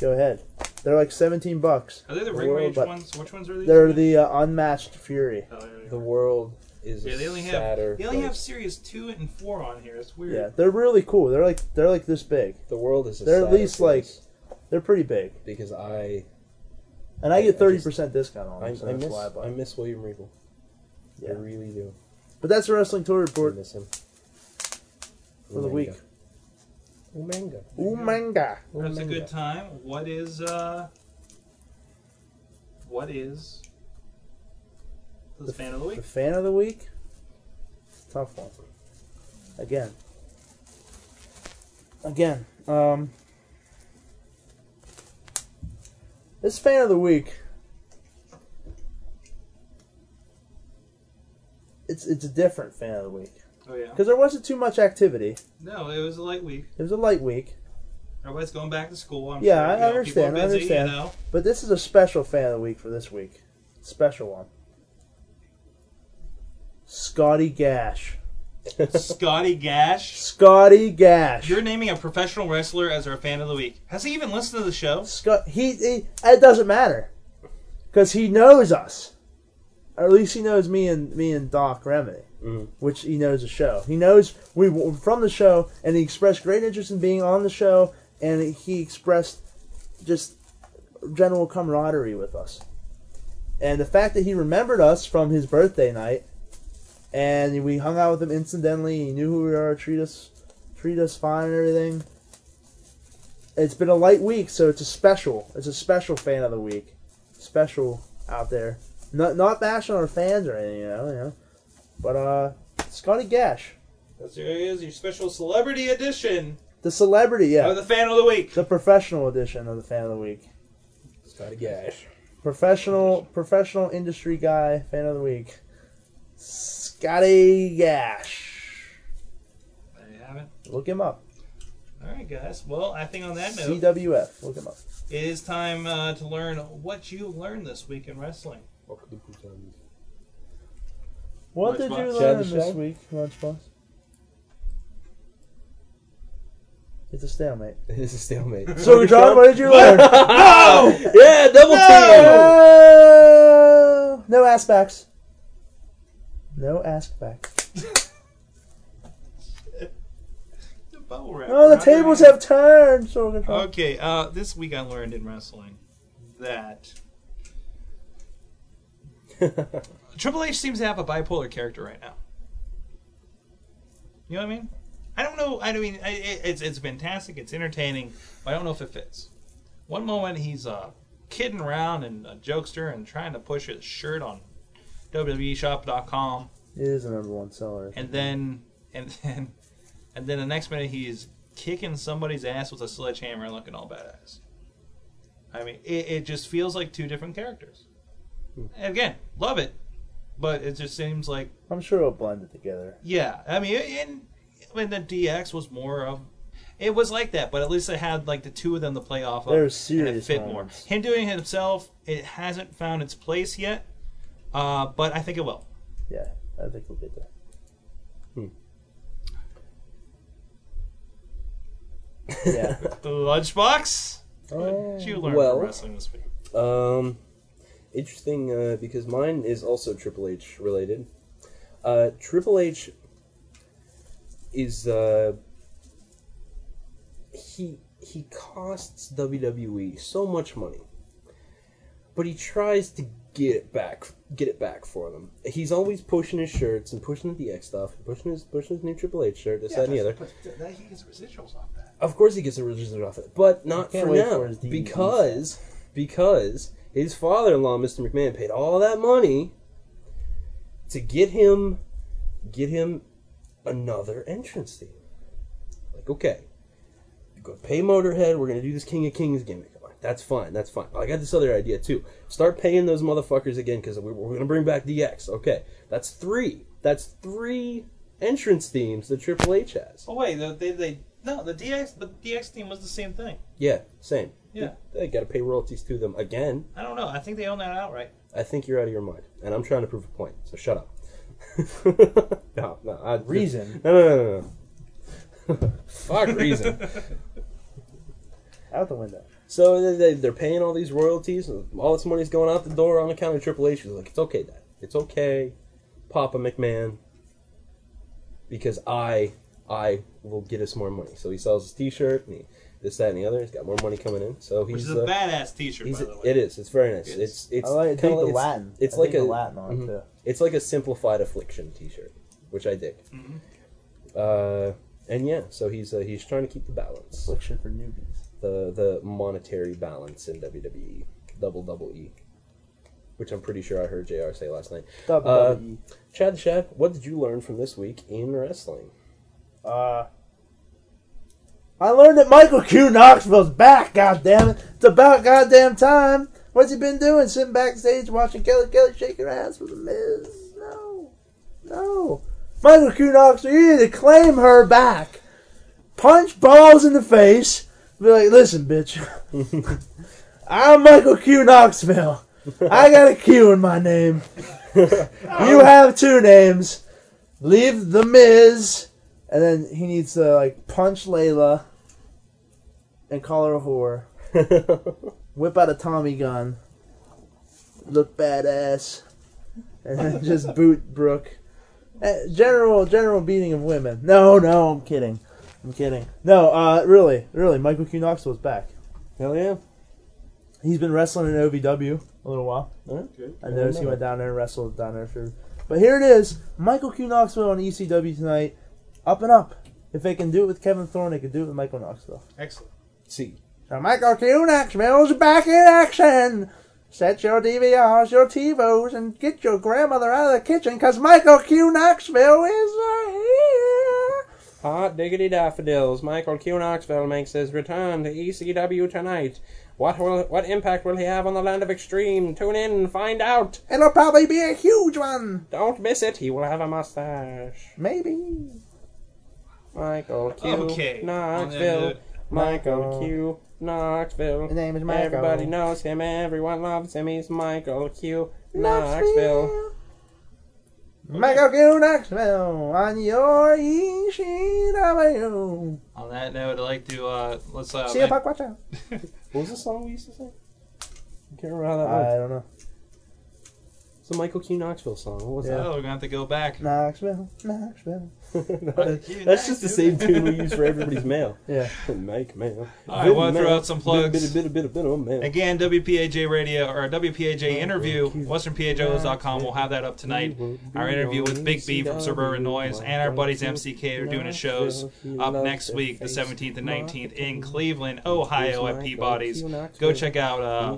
Go ahead. They're like 17 bucks.
Are they the
The
ring
world,
rage
but-
ones? Which ones are these?
They're
again?
the uh, unmatched Fury.
Oh, there they
The
are.
world is
Yeah, they only have-
sadder.
They only have
place.
series two and four on here. It's weird.
Yeah, they're really cool. They're like they're like this big.
the world is. A
They're at
sadder
least, like,
place
They're pretty big,
because I
and I,
I- I
get
just-
thirty percent discount on
I,
them.
I
so that's
miss
why I bought
I
them.
miss William Regal. I
Yeah.
really do.
But that's the wrestling tour
I
report
miss him
for the week.
Umanga.
Umanga.
That's a
Umanga.
good time. What is uh? What is the, fan of the week?
The fan of the week. It's a tough one. Again. Again. Um. This fan of the week. It's it's a different fan of the week
Oh yeah.
because there wasn't too much activity.
No, it was a light week.
It was a light week,
Everybody's going back to school. I'm
Yeah,
sure,
I
you know,
understand, I
People are busy,
understand.
You know.
but this is a special fan of the week for this week. Special one. Scotty Gash.
Scotty Gash.
Scotty Gash.
You're naming a professional wrestler as our fan of the week. Has he even listened to the show?
Scott, he, he it doesn't matter because he knows us, or at least he knows me and me and Doc Remedy,
Mhm.
which he knows the show. He knows we were from the show, and he expressed great interest in being on the show, and he expressed just general camaraderie with us, and the fact that he remembered us from his birthday night, and we hung out with him incidentally. He knew who we were, treat us, treat us fine, and everything it's been a light week, so it's a special. It's a special fan of the week, special out there. Not not bashing our fans or anything, you know. You know. But uh, Scotty Gash,
That's your, is your special celebrity edition
the celebrity, yeah,
of
the-,
Oh, the fan of the week.
professional edition of the fan of the week,
Scotty Gash.
professional professional industry guy fan of the week, Scotty Gash.
There you have it.
Look him up.
All right, guys. Well, I think on that note,
CWF. Look him up.
it is time uh, to learn what you learned this week in wrestling.
What did you
Lunchbox.
learn
Shadow
this
Shag?
week, Lunchbox? It's a stalemate.
This is stalemate.
So, John, what did you learn?
yeah, double team.
No, no ass backs. No ass backs.
The bubble wrap.
Oh, the
Not your
tables
hand.
have turned. Sorgatron.
Okay, uh, this week I learned in wrestling that Triple H seems to have a bipolar character right now. You know what I mean? I don't know. I mean, I, it, it's it's fantastic. It's entertaining. But I don't know if it fits. One moment he's uh, kidding around and a jokester and trying to push his shirt on E WWEShop.com,
It is the number one seller.
and then and then and then the next minute he's kicking somebody's ass with a sledgehammer and looking all badass. I mean, it, it just feels like two different characters.
Hmm.
And again, love it, but it just seems like
I'm sure it'll blend it together.
yeah, I mean, and when the DX was more of, it was like that, but at least they had like the two of them to play off of.
There are
and it
serious
fit
moments.
more. Him doing it himself, it hasn't found its place yet, uh, but I think it will.
Yeah, I think we'll get there.
Hmm.
Yeah.
Lunchbox,
Oh.
what did you learn
Well.
from wrestling this week?
Um, interesting uh, because mine is also Triple H related. Uh, Triple H is uh, he he costs WWE so much money, but he tries to get it back get it back for them. He's always pushing his shirts and pushing the X stuff, pushing his pushing his new Triple H shirt, this that and the other.
he gets residuals off that.
Of course, he gets a residual off it, but not
Can't
for
wait
now
for his DVDs.
because because his father-in-law, Mr. McMahon, paid all that money to get him get him another entrance theme. Like, okay, you go pay Motorhead. We're gonna do this King of Kings gimmick. I'm like, That's fine. That's fine. I got this other idea too. Start paying those motherfuckers again because we're, we're gonna bring back DX. Okay, that's three. That's three entrance themes that Triple H has.
Oh wait, they, they, they no the DX the DX team was the same thing.
Yeah, same.
Yeah.
They got to pay royalties to them again.
I don't know. I think they own that outright.
I think you're out of your mind, and I'm trying to prove a point. So shut up. no, no, I,
Reason.
No, no, no, no. no. Fuck reason.
Out the window.
So they- they, they're paying all these royalties. and All this money's going out the door on account of Triple H. He's like, it's okay, Dad. It's okay, Papa McMahon. Because I, I will get us more money. So he sells his T-shirt and he, this, that, and the other. He's got more money coming in. So
Which
he's
is a
uh,
badass T-shirt, by
He's,
the way.
it is. It's very nice.
It's-
It's it's
I like, I
kinda
think the
like- it's-
Latin.
It's
I
like
dig
a
the Latin on
mhm.
it too.
It's like a simplified affliction T-shirt, which I dig.
Mhm.
Uh, and yeah, so he's uh, he's trying to keep the balance,
Affliction for newbies.
the the monetary balance in WWE, double double E, which I'm pretty sure I heard Jr. say last night. Uh,
WWE.
Chad the Chad, what did you learn from this week in wrestling?
Uh, I learned that Michael Q Knoxville's back. God damn it! It's about goddamn time. What's he been doing? Sitting backstage watching Kelly Kelly shake her ass for the Miz? No, no. Michael Q Knoxville, you need to claim her back. Punch balls in the face. Be like, listen, bitch. I'm Michael Q Knoxville. I got a Q in my name. you have two names. Leave the Miz. And then he needs to like punch Layla and call her a whore. Whip out a Tommy gun. Look badass. And then just boot Brooke. Eh, General general beating of women. No, no, I'm kidding. I'm kidding. No, uh really, really, Michael Q Knoxville's back.
Hell yeah!
He's been wrestling in OVW a little while.
Okay.
I noticed he went down there and wrestled down there. For, but here it is Michael Q. Knoxville on ECW tonight. Up and up. If they can do it with Kevin Thorne, they can do it with Michael Knoxville.
Excellent.
See,
So Michael Q. Knoxville's back in action. Set your DVRs, your TiVos, and get your grandmother out of the kitchen because Michael Q. Knoxville is here.
Hot diggity daffodils. Michael Q Knoxville makes his return to ECW tonight. What will what impact will he have on the land of extreme? Tune in and find out.
It'll probably be a huge one.
Don't miss it. He will have a mustache.
Maybe.
Michael Q
Oh, Okay.
Knoxville. Michael Q Knoxville.
His name is Michael.
Everybody knows him. Everyone loves him. He's Michael Q Knoxville.
Michael Q. Knoxville on your ECW.
On that note, I'd like to uh, let's uh,
See you, Puck. Watch out.
what was the song we used to sing? I can't remember how that
I
was.
don't know.
It's the Michael Q. Knoxville song. What was
Yeah.
Oh, we're gonna have to go back.
Knoxville, Knoxville.
that? That's just the same tune we use for everybody's mail.
Yeah.
Make mail.
All right, wanna throw out some plugs.
Bit, bit, bit, bit, bit, bit, mail.
Again, WPAJ Radio or WPAJ interview, WesternPAJOs.com. We'll have that up tonight. Our interview with Big B from Suburban Noise and our buddies MCK are doing his shows up next week, the 17th and 19th in Cleveland, Ohio at Peabody's. Go check out uh,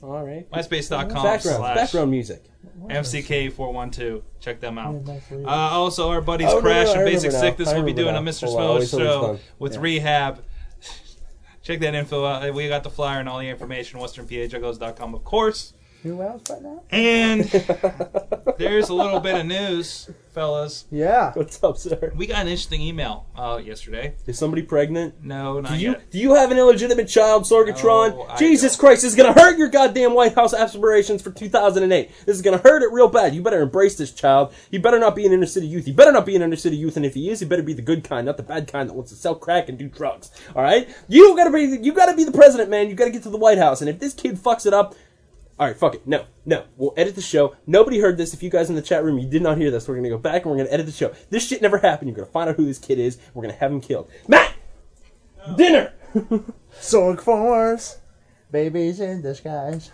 All right.
myspace.com
Background,
slash
background music.
MCK412. Check them out. Uh,
Knoxville.
also, our buddies
Oh, no,
Crash
no, I
and Basic
remember now.
Sickness
I
will be
remember
doing a
now.
Mr.
Hold on, I
Smoke
always thought it was
show
done.
with
Yeah.
Rehab. Check that info out. We got the flyer and all the information, westernpajugos.com, of course.
Who else but now?
And there's a little bit of news, fellas.
Yeah.
What's up, sir?
We got an interesting email uh, yesterday.
Is somebody pregnant?
No,
Do
not
you,
yet.
do you have an illegitimate child, Sorgatron?
No, I
Jesus
don't.
Christ, this is going to hurt your goddamn White House aspirations for 2008. This is going to hurt it real bad. You better embrace this child. He better not be an inner city youth. He better not be an inner city youth. And if he is, he better be the good kind, not the bad kind that wants to sell crack and do drugs. All right? You got to be you got to be the president, man. You got to get to the White House. And if this kid fucks it up, all right, fuck it. No, no. We'll edit the show. Nobody heard this. If you guys in the chat room, you did not hear this. We're gonna go back and we're gonna edit the show. This shit never happened. You're gonna find out who this kid is. We're gonna have him killed. Matt, dinner.
Sorg Force. Babies in disguise.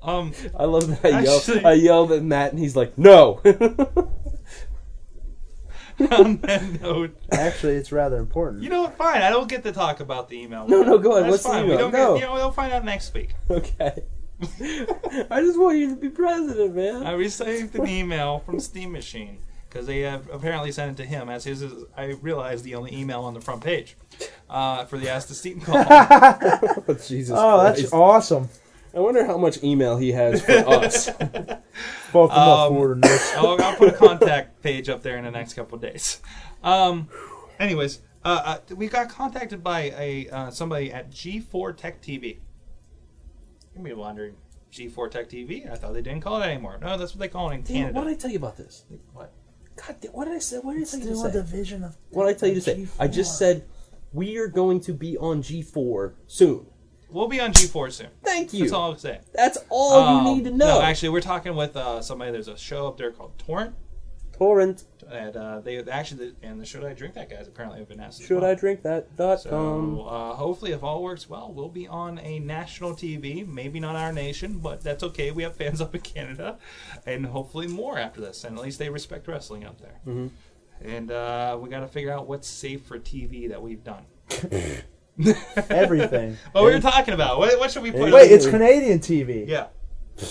Um,
I love that I yell.
Actually-
I yelled at Matt, and he's like, "No."
on that note,
Actually, it's rather important.
you know what? Fine. I don't get to talk about the email.
No, no, go ahead. What's
That's
the
fine.
email?
We don't
No.
get, you know, we'll find out next week.
okay. I just want you to be president, man.
I received an email from Steam Machine because they have apparently sent it to him as his is, I realized, the only email on the front page uh, for the Ask the Steam call.
Oh, Jesus.
oh, that's
Christ.
awesome.
I wonder how much email he has for us.
Fuck them up
Um,
for this.
I'll, I'll put a contact page up there in the next couple of days. Um, anyways, uh, uh, we got contacted by a uh, somebody at G4 Tech TV. You may be wondering, G4 Tech TV? I thought they didn't call it anymore. No, that's what they call it in
Damn,
Canada.
what did I tell you about this?
What?
God, damn- what did I say? What did I tell you to
Still a
say?
division of.
What did I tell you to say? I just
G4.
said we are going to be on G4 soon.
We'll be on G4 soon.
Thank you.
That's all I'm saying.
That's all you
Um,
need to know.
No, actually, we're talking with uh, somebody. There's a show up there called Torrent,
Torrent.
and uh, they actually and the Should I Drink That guys apparently have been asked. as
Should
well.
I drink that? Dot com.
So uh, hopefully, if all works well, we'll be on a national TV. Maybe not our nation, but that's okay. We have fans up in Canada, and hopefully more after this. And at least they respect wrestling up there.
Mm-hmm.
And uh, we got to figure out what's safe for TV that we've done.
Everything.
What we were talking about? What, what should we put?
Wait,
on?
it's Canadian TV.
yeah.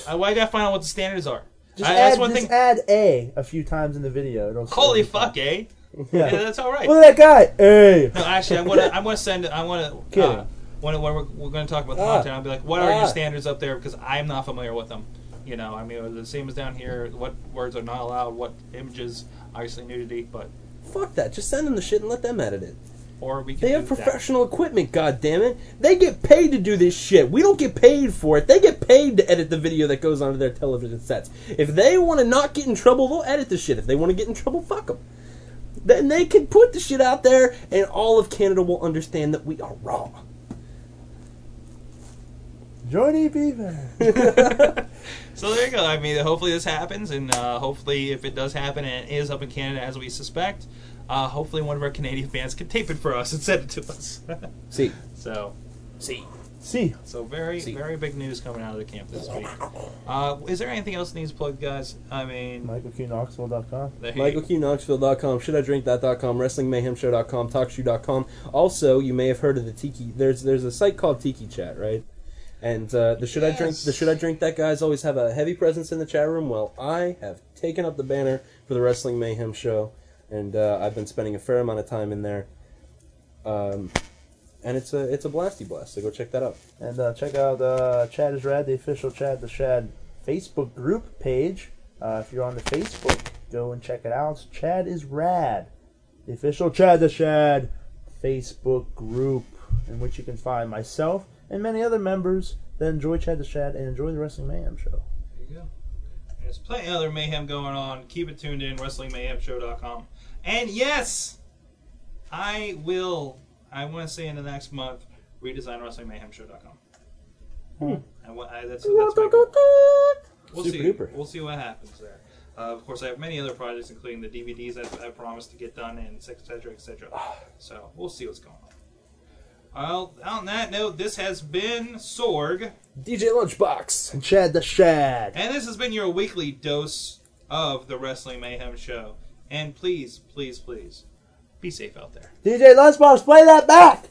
I, well, I gotta find out what the standards are.
Just,
I-
add,
that's one
just
thing.
add A a few times in the video. It'll
Holy fuck, eh? Yeah,
Yeah.
that's all right.
Look at that guy. Hey.
No, actually, I want to. I want to send. I want to. Uh,
Kidding.
when when we're, we're going to talk about the
Ah.
content, I'll be like, "What are
Ah.
your standards up there?" Because I'm not familiar with them. You know, I mean, the same as down here. What words are not allowed? What images? Obviously, nudity. But
Fuck that. Just send them the shit and let them edit it.
or we can.
They
do
have
that.
professional equipment, god damn it! They get paid to do this shit. We don't get paid for it. They get paid to edit the video that goes onto their television sets. If they want to not get in trouble, they'll edit the shit. If they want to get in trouble, fuck them. Then they can put the shit out there, and all of Canada will understand that we are wrong.
Johnny Beaver.
So there you go. I mean, hopefully this happens, and uh, hopefully if it does happen and it is up in Canada as we suspect, uh, hopefully one of our Canadian fans can tape it for us and send it to us.
See,
so.
see,
See.
So very,
See.
very big news coming out of the camp this week. Uh, is there anything else that needs plugged, guys? I mean,
MichaelQKnoxville.com.
the hate-
MichaelQKnoxville.com, should I drink that.com, WrestlingMayhemShow.com, TalkShoe.com. Also, you may have heard of the Tiki. There's there's a site called Tiki Chat, right? And uh, the should I drink
Yes.
the should I drink that guys always have a heavy presence in the chat room. Well, I have taken up the banner for the Wrestling Mayhem show, and uh, I've been spending a fair amount of time in there. Um, and it's a it's a blasty blast. So go check that out.
And uh, check out uh, Chad is Rad, the official Chad the Shad Facebook group page. Uh, if you're on the Facebook, go and check it out. It's Chad is Rad, the official Chad the Shad Facebook group, in which you can find myself and many other members that enjoy Chad the Shad and enjoy the Wrestling Mayhem show.
There you go. There's plenty of other mayhem going on. Keep it tuned in, WrestlingMayhemShow.com. And yes, I will. I want to say in the next month, redesign WrestlingMayhemShow.com. I wa- I- that's, that's my goal. We'll
Super
see.
duper.
We'll see what happens there. Uh, of course, I have many other projects, including the DVDs I, I promised to get done, and et cetera, et cetera. So we'll see what's going on. Well, on that note, this has been Sorg,
DJ Lunchbox.
And Chad the Shad.
and this has been your weekly dose of the Wrestling Mayhem Show. And please, please, please, be safe out there.
DJ Lunchbox, play that back!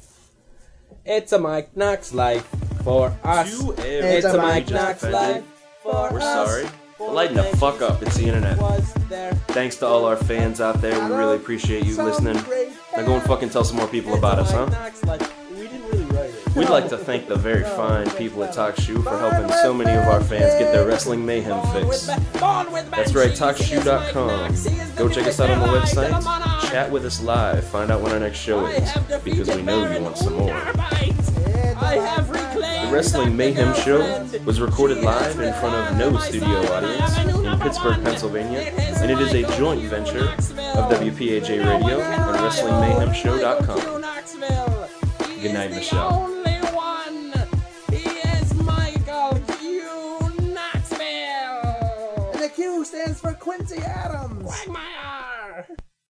It's a Mike Knox life for us.
Do
It's
It's
a
a
everything we
Mike
Mike
just
Knox live
offended.
for
We're
us.
sorry.
For
Lighten the
Yankees
fuck up. It's the internet.
Was there
Thanks to all our fans out there. We really appreciate you listening. Now go and fucking tell some more people
It's
about
a
us,
Mike
huh?
Knox live. We didn't really write it.
We'd like to thank the very fine people at Talk Shoe for helping so many of our fans get their wrestling mayhem fix. That's right, TalkShoe.com. Go check us out on the website. Chat with us live. Find out when our next show is because we know you want some more.
I have reclaimed
The Wrestling Mayhem Show was recorded live in front of no studio audience in Pittsburgh, Pennsylvania, and it is a joint venture of WPAJ Radio and WrestlingMayhemShow.com. Good night, Michelle.
Knoxville.
The Q stands for Quincy Adams.
Quagmire.